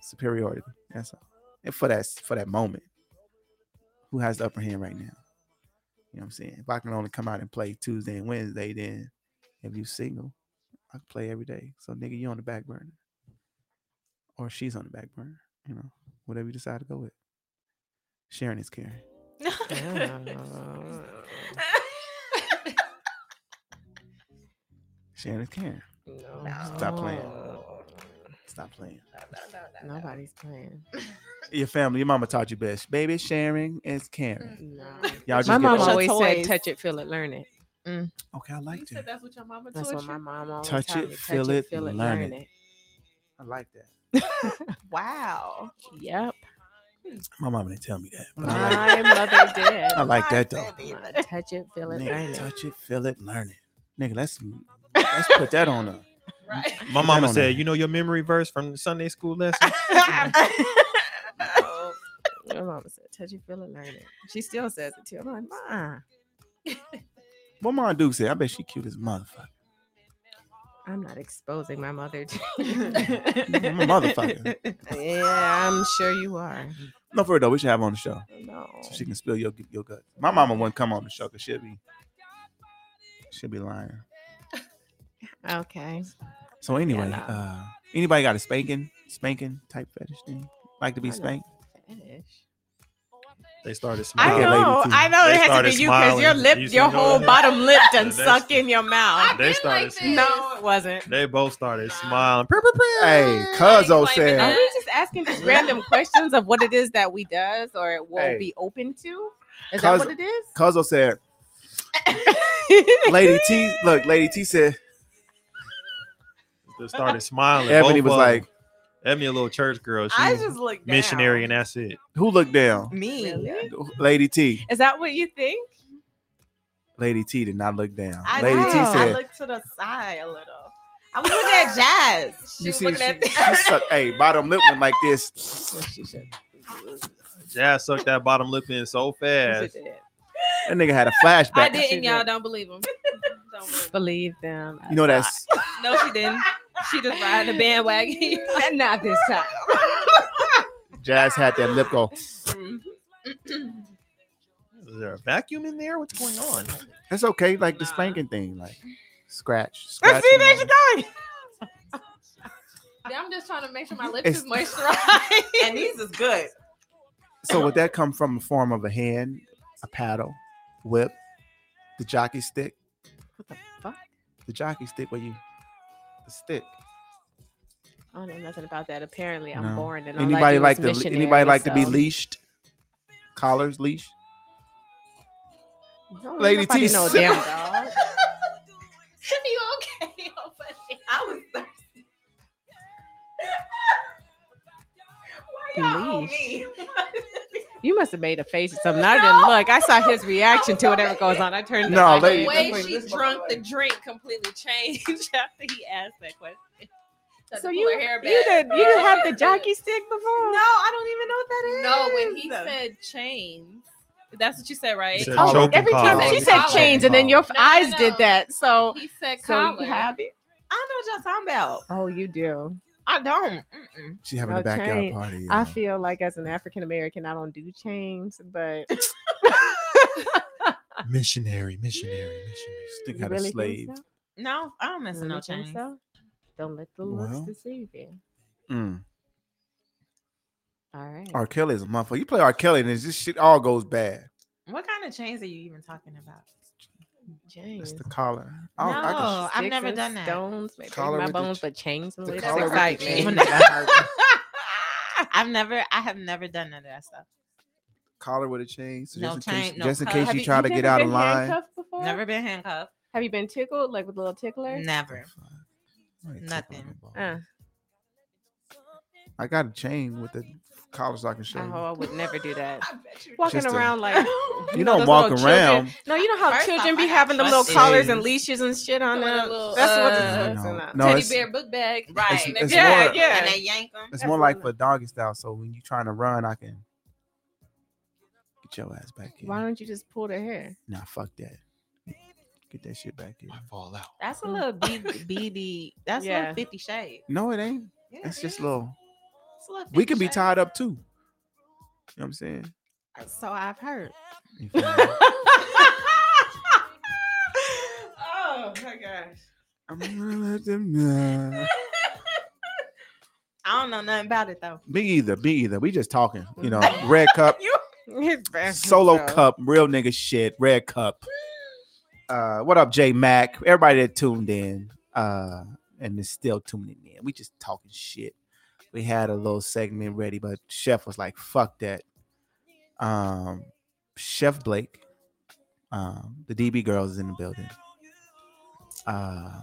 superiority. That's all. And for that for that moment. Who has the upper hand right now? You know what I'm saying? If I can only come out and play Tuesday and Wednesday, then if you single, I can play every day. So nigga, you on the back burner. Or she's on the back burner, you know, whatever you decide to go with. Sharing is caring. Sharing is caring. Stop playing. Stop playing.
Nobody's playing.
Your family, your mama taught you best. Baby, sharing is caring.
Mm.
Y'all just
My
get
mom
along.
always said,
toys.
"Touch it, feel it, learn it."
Okay, I
You
like
said
that.
that's what your mama
That's
taught
what
you?
my mom always
Touch
taught
it,
me.
feel it, learn it. I like that.
Wow.
Yep,
My mama didn't tell me that. But I like,
my mother did.
I like that though.
My Touch it, feel it, learn
Nigga,
it.
touch it, feel it, learn it. Nigga, let's let's put that on her.
Right.
My
Put that
mama
on
said,
her.
"You know your memory verse from the Sunday school lesson."
My mom said, "Touch it, feel it, learn it." She still says it too. I'm like, "Ma,
What my Duke said, I bet she cute as a motherfucker.
I'm not exposing my mother to."
I'm a motherfucker.
yeah, I'm sure you are.
No, for real though, we should have her on the show
No.
so she can spill your your guts. My mama wouldn't come on the show because she'll be she'll be lying.
Okay.
So anyway,
no.
uh anybody got a spanking, spanking type fetish thing? Like to be
I know.
spanked?
Fetish.
They
I
started
Look at
smiling.
lady
know,
too.
I know
They
it has to
started
be you because your
smiling.
lip,
You see
your
her?
whole bottom lip done
That's-
sunk in your mouth.
They started. smiling.
No, it wasn't.
They both started smiling.
Hey, Cuzzo
Claiming
said.
Are
that.
we just asking just random questions of what it is that we does or it will
Hey.
be open to? Is
Cause-
that what it is?
Cuzzo said, Lady T, look, Lady T said,
They started smiling.
Ebony
Both
was
of
like,
them. Ebony, a little church girl. She
Mm.
I just looked down.
missionary, and that's it.
who looked down?
Me.
Really?
Lady T.
Is that what you think?
Lady T did not look down.
I,
Lady
Lady
T
know.
I
said,
looked to the side a little. I was looking at Jazz. She
you
was
see,
looking
she,
at
she suck, hey, bottom lip went like this.
Jazz sucked that bottom lip in so fast.
That nigga had a
I
flashback.
didn't, y'all. Don't believe him. Don't believe him.
Believe them.
You know that's
No, she didn't. She just ride the bandwagon.
not this time.
Jazz had that lip go.
Is there a vacuum in there? What's going on?
It's okay, like the
Nah.
spanking thing, like scratch.
I
scratch
see
and
that
all.
she going.
I'm just trying to make sure my lips
It's-
is moisturized.
And these is good.
So would that come from a form of a hand, a paddle, whip, the jockey stick?
fuck?
The jockey stick where you the stick.
I don't know nothing about that. Apparently, I'm
No.
boring and all I
Anybody
do
like
is
to
missionary,
anybody like to be
so-
leashed? Collars, leash.
No,
Lady
nobody
T.
know damn dog.
you okay?
I was thirsty. Why y'all on
Leash.
me?
You must have made a face or something. I didn't look. I saw his reaction to whatever goes on. I turned.
No,
like,
lady.
The way she
This
drunk the
motherfucker.
drink completely changed after he asked that question. Had to
So
pull
you
her hair
you
back.
did you didn't have the jockey stick before?
No, I don't even know
No,
what that is.
when he said chains, that's what you said, right?
He said
Oh,
choking
every time
collar.
she said
Collar.
chains, and then your
No,
eyes
no,
did
no.
that. So
He said
so you
collar.
have it.
I know what y'all talking about.
Oh, you do.
I don't. Mm-mm.
She having
No
a backyard
change.
party. you
I
know.
feel like as an African American, I don't do chains, but
missionary, missionary, missionary.
Stick
You
out
really
a
think
slave.
so?
No, I don't mess
You
with no
really think
chains.
so? Don't let the looks
Well.
deceive you.
Mm.
All right.
R. Kelly is a motherfucker. You play R. Kelly and it's just shit all goes bad.
What kind of chains are you even talking about?
That's
Chains.
the collar. I
No,
don't- I can-
I have
Sticks
never
and
done that.
Stones may break
Collar
my
with the
bones,
ch-
but chains will
the
lift
collar with the
excite
chain.
me.
Will never hurt me. I've never, I have never done none of that stuff.
collar with a chain. So
No
just in
chain,
case,
no
just in
Uh,
collar.
case
Have
you
you-
try to
never
get out of
been
line.
handcuffed before?
Never been handcuffed.
Have you been tickled like with a little tickler?
Never.
Right, tip
Nothing.
on the ball.
Uh,
I got a chain with the collar so I can show
I,
you.
uh-huh. I would never do that.
I bet you.
Walking
Just a-
around like
You don't walk
those little children-
around.
No, you know how
First
children
off,
be
I got
having them little
trust
collars and
issues.
leashes and shit on
Doing a
them.
little,
That's what
uh,
this is.
No,
and
no,
I-
no,
Teddy
it's-
bear book bag.
Right.
It's- it's
Yeah,
more-
yeah.
And they yank them.
It's more like
Absolutely.
for doggy style. So when you're trying to run, I can get your ass back in.
Why don't you just pull their hair?
Nah, fuck that. Get that shit back in.
I fall out.
That's a little B- BD. That's a
Yeah.
little 50 shade.
No, it ain't. It's just little.
It's a little
We
50
can be
Shades.
tied up too. You know what I'm saying?
So I've heard.
You feel me?
Oh my gosh.
I'm gonna let them know.
I don't know nothing about it though.
Me either. Me either. We just talking. You know, red cup,
It's bad.
solo
So,
cup, real nigga shit, red cup. Uh, what up, J Mac? Everybody that tuned in, uh, and is still tuning in. We just talking shit. We had a little segment ready, but Chef was like, "Fuck that." Um, Chef Blake, um, the DB girls is in the building. Uh,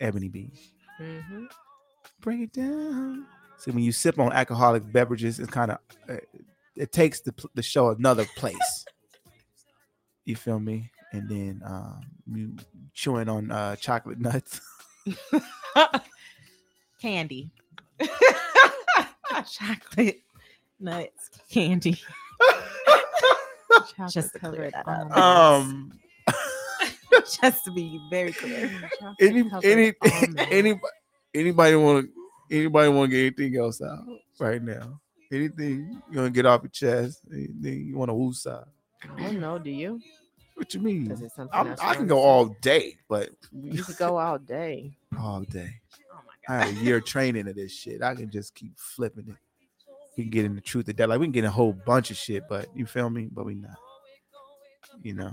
Ebony B.
mhm.
bring it down. See, when you sip on alcoholic beverages, it's kind of uh, it takes the pl- the show another place. you feel me? And then um, you chewing on uh, chocolate nuts.
Candy. Chocolate nuts. Candy.
Chocolate
Just to clear
covered
that
almond.
up.
Um,
Just to be very clear.
Chocolate
any
covered
any
almond.
any anybody want to anybody want to get anything else out right now? Anything you want to get off your chest? Anything you want to woosah?
I don't know. Do you?
What you mean?
Is it something
Hmm. I'm,
else you
I can
wanna
go
say?
all day, but
You could go all day.
all day. I had a year training of this shit. I can just keep flipping it. We can get in the truth of that. Like we can get in a whole bunch of shit, but you feel me? But we not. You know.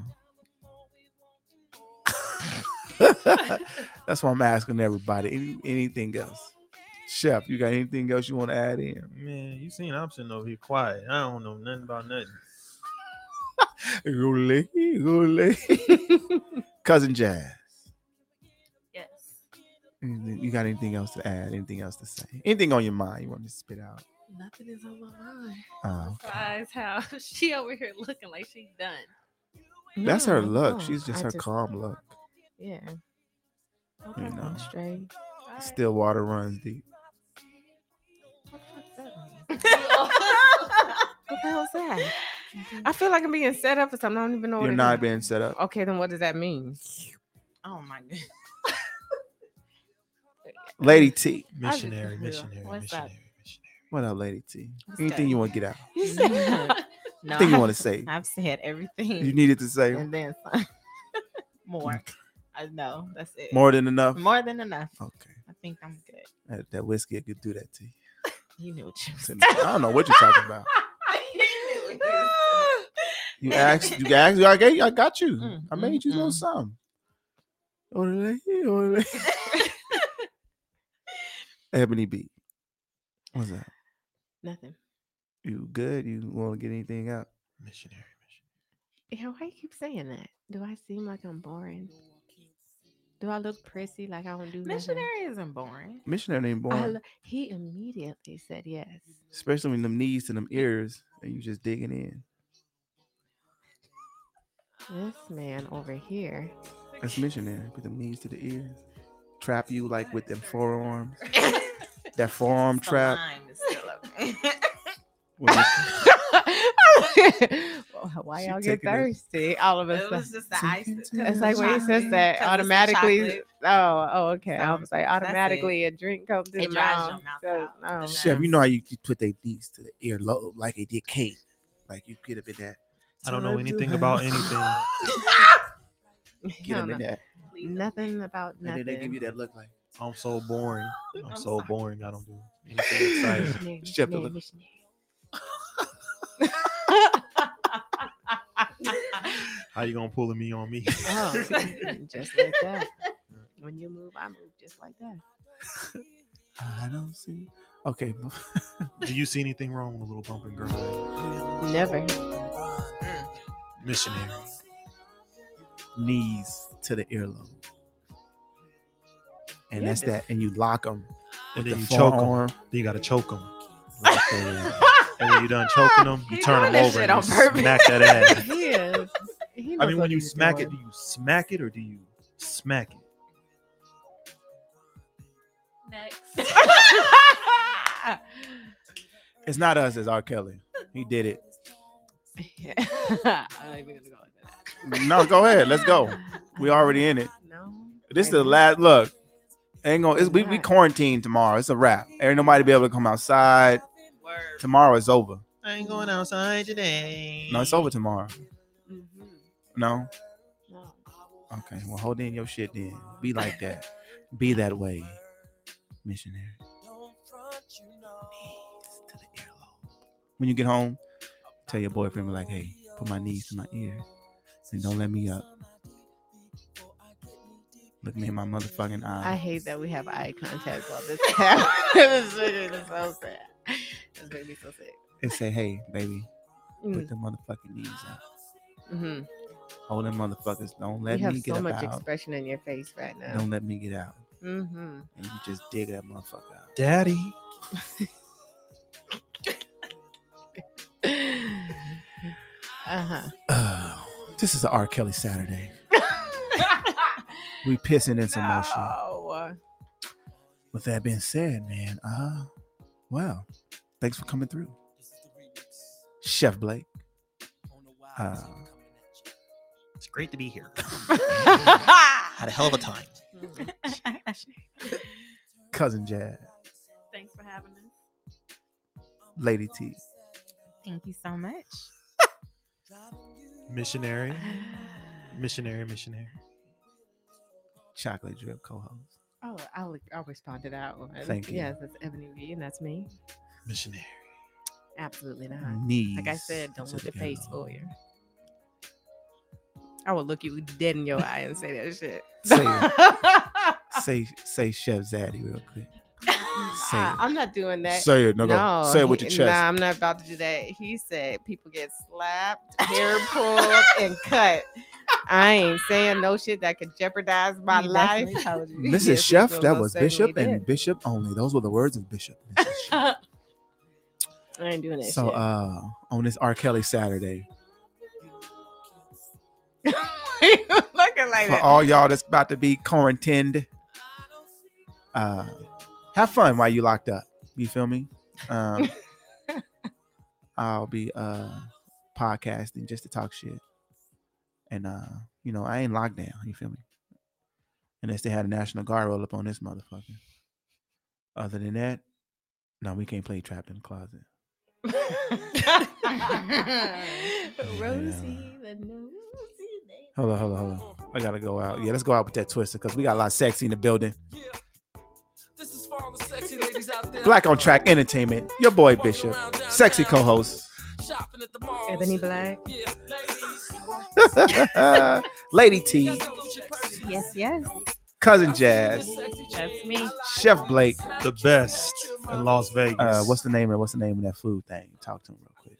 That's why I'm asking everybody. Any, anything else? Chef, you got anything else you want to add in?
Man, you seen option over here quiet. I don't know nothing about nothing.
Roulette, roulette. Cousin Jazz.
Yes.
anything- You got anything else to add? Anything else to say? Anything on your mind you want to spit out?
Nothing is on my mind.
Oh, okay.
Besides how she over here looking like she done.
That's her
No,
look.
no,
She's just
I
her calm look.
Yeah,
You know,
I'm straight.
still water runs deep.
What the hell's that? I feel like I'm being set up for something. I don't even know what
You're
it
not
is.
being set up.
Okay, then what does that mean?
Oh my god.
Lady T.
Missionary,
Yeah.
missionary,
What's that?
missionary, missionary.
What up, Lady T?
What's
Anything
that?
you want to get out?
no,
Anything you
I've-
want to say?
I've said everything.
You needed to say
and then some. more. I know. That's it.
more than enough.
More than enough.
Okay.
I think I'm good.
That, that whiskey could do that to you.
You knew what you was
I don't know what you're talking about. You asked, you asked, I, gave, I got you.
Mm,
I made you know
mm,
something. Orale, orale. Ebony B. What's up?
Nothing.
You good? You want to get anything out?
Missionary, missionary.
Yeah, why you keep saying that? Do I seem like I'm boring? Do I look prissy? Like I don't do nothing?
Missionary isn't boring.
Missionary ain't
I
born,
lo- he immediately said yes.
especially when them knees to them ears and you just digging in.
This man over here.
That's missionary. Put them knees to the ears, trap you like with them forearms. that forearm trap.
Sublime is still okay.
when you-
Why
She
Oh, y'all get
taking it.
thirsty all of a
It
sudden?
was just the ice.
Chicken
It's like when he says that automatically. Oh, oh, okay. I
So,
was like,
it.
automatically a drink comes to
It
the
dries
mouth.
your
So,
mouth
um,
out.
Chef, you know how you, you put their knees to the earlobe like they did Kate. Like you get up in that.
I don't know
Time to
anything
have-
about anything.
Get
hell
them
no.
in that.
Nothing about
And then
nothing.
they give you that look like
I'm so boring. I'm,
I'm
so
sorry.
boring. I don't do anything exciting.
Missionary,
Shut the
missionary,
look-
missionary.
How you gonna pull me on me?
Oh, just like that. When you move, I move just like that.
I don't see. Okay,
do you see anything wrong with a little bump and grind?
Never.
Missionary.
knees to the earlobe, and that's that. And you lock them
And
with
then
the
you choke them.
forearm.
Then you gotta choke them.
Like that.
And when you're done choking them, you
He
turn
doing
them
that
over
shit
and you
on purpose.
smack that ass.
He is. He
I
knows
mean,
what
when you
he's
smack it,
doing.
do you smack it or do you smack it?
Next.
It's not us. It's R. Kelly. He did it.
Yeah. I'm not even gonna go into that.
No, go ahead. Let's go. We already in it.
No.
This
I
is the
don't.
last look. Ain't gonna. It's, we we
Right.
quarantine tomorrow. It's a wrap. Ain't nobody be able to come outside. Tomorrow is over.
I ain't going outside today.
No, it's over tomorrow.
Mhm.
No.
No.
Okay. Well, hold in your shit then. Be like that. Be that way, missionary. Knees to the earlobe. When you get home, tell your boyfriend, be like, hey, put my knees to my ears and don't let me up. Look me in my motherfucking
I
eye.
hate that we have eye contact while this happens. this nigga is so sad. This made me so sick.
and say, hey, baby,
Mm.
put the motherfucking knees up.
Mhm.
Hold them motherfuckers. Don't let
You have
me get
so
up
much
out.
expression in your face right now.
Don't let me get out.
Mm-hmm.
And you just dig that motherfucker out.
Daddy.
Mm-hmm. Uh-huh.
Oh, this is a R. Kelly Saturday. We pissing in some more shit.
No.
With that being said, man, uh, wow, thanks for coming through, Chef Blake. Uh,
It's great to be here.
Had
a hell of a time.
cousin Jazz,
Thanks for having us.
Lady T.
Thank you so much.
Missionary. Missionary, missionary.
Chocolate Drip co-host.
Oh, I'll, I'll respond to that one.
Thank you.
Yes, that's Ebony V, and that's me.
Missionary.
Absolutely not.
Knees.
Like I said, don't
to
look
the
at face
earlobe.
for you. I will look you dead in your eye and say that shit.
Say it. Say say Chef Zaddy real quick. Say
I,
it.
am not doing that.
Say it, nigga.
no,
say it with
he-
your chest.
Nah, I'm not about to do that. He said people get slapped, hair pulled, and cut. I ain't saying no shit that could jeopardize my
He
life.
definitely told you.
Mrs.
Yes,
Chef,
we
that
most
was
certainly
Bishop and
did.
Bishop only. Those were the words of Bishop. Mrs. Chef.
I ain't doing that
so,
shit.
uh, on this R. Kelly Saturday,
you looking like
for
that.
all y'all that's about to be quarantined, uh, have fun while you locked up. You feel me? Um, I'll be uh podcasting just to talk shit, and uh, you know I ain't locked down. You feel me? Unless they had a national guard roll up on this motherfucker. Other than that, no, we can't play trapped in the closet. uh,
Rosie the nose.
Hold on, hold on, hold on. I gotta go out. Yeah, let's go out with that twister because we got a lot of sexy in the building. Black on Track Entertainment, your boy Bishop, sexy co host,
Ebony Black.
Lady T,
Yes, yes.
Cousin Jazz,
That's me.
Chef Blake.
The best in Las Vegas.
Uh, what's the name of what's the name of that food thing? Talk to him real quick.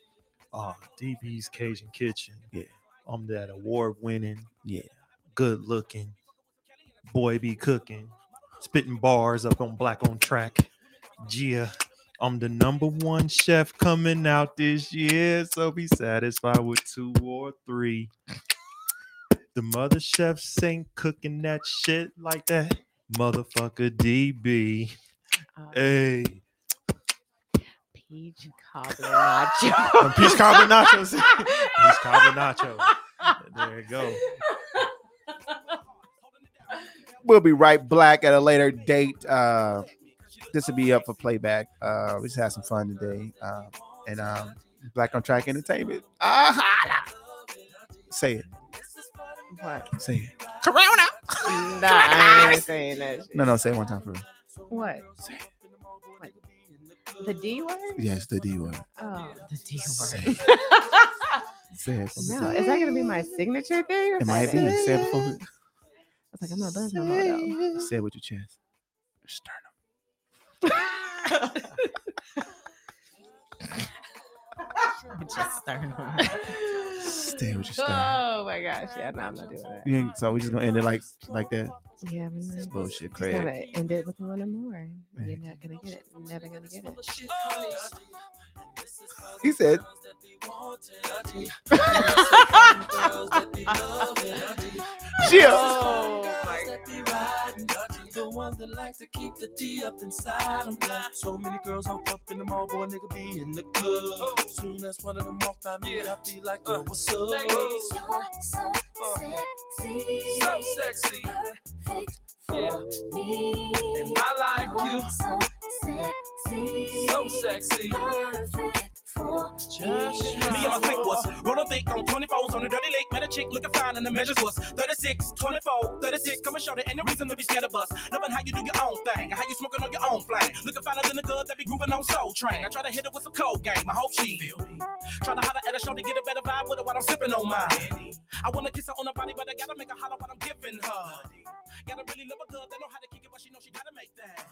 oh, DB's Cajun Kitchen?
Yeah.
I'm that award winning,
Yeah.
good looking, Boy be cooking, spitting bars up on black on track. Gia, I'm the number one chef coming out this year, so be satisfied with two or three. The mother chefs ain't cooking that shit like that. Motherfucker DB.
uh,
Hey.
Peach cobbler nacho.
From Peach Cobbler Nachos. Peach Cobbler Nachos. There you go.
We'll be right back at a later date. Uh, this will be up for playback. Uh, we just had some fun today. Uh, and um, Black on Track Entertainment. Ah, holla. Say it.
What?
Say it.
Corona.
Nah, I ain't saying that. Shit.
No, no, say it one time for me.
What? What? The D word?
Yes, the D word.
Oh, the D
Say
word.
it. Say it. for me.
No, is that gonna be my signature thing? or
It might be.
something?
Say it for me.
I was like, I'm not buzzing no more though.
Say it with your chest. Sternum.
Just sternum.
Stay with your sternum.
Oh my gosh, yeah, no, I'm not doing that.
You ain't- So we just gonna end it like like that.
Yeah, I'm
This
not.
bullshit,
Just gotta
Craig.
end it with one or more. You're
Right.
not gonna get it. Never gonna get it.
He said, "Jill."
Oh my God.
The ones that like to keep the tea up inside 'em. So many girls hop up in the mall, boy, nigga be in the club. Soon as one of them walk by me, I be like, oh, what's up? So sexy. And I like you. So sexy. Me and my clique was run a thick on 24s on the dirty lake. Met a chick looking fine and the measures was 36, 24, 36. Come and show there ain't no reason to be scared of us. Loving how you do your own thing, how you smoking on your own flame. Looking finer than the girl that be grooving on Soul Train. I try to hit her with some cold game. I hope she feel me. Trying to holler at her show to get a better vibe with her while I'm sipping on mine. I wanna kiss her on her body, but I gotta make her holler what I'm giving her. Gotta really love a girl that know how to kick it, but she know she gotta make that.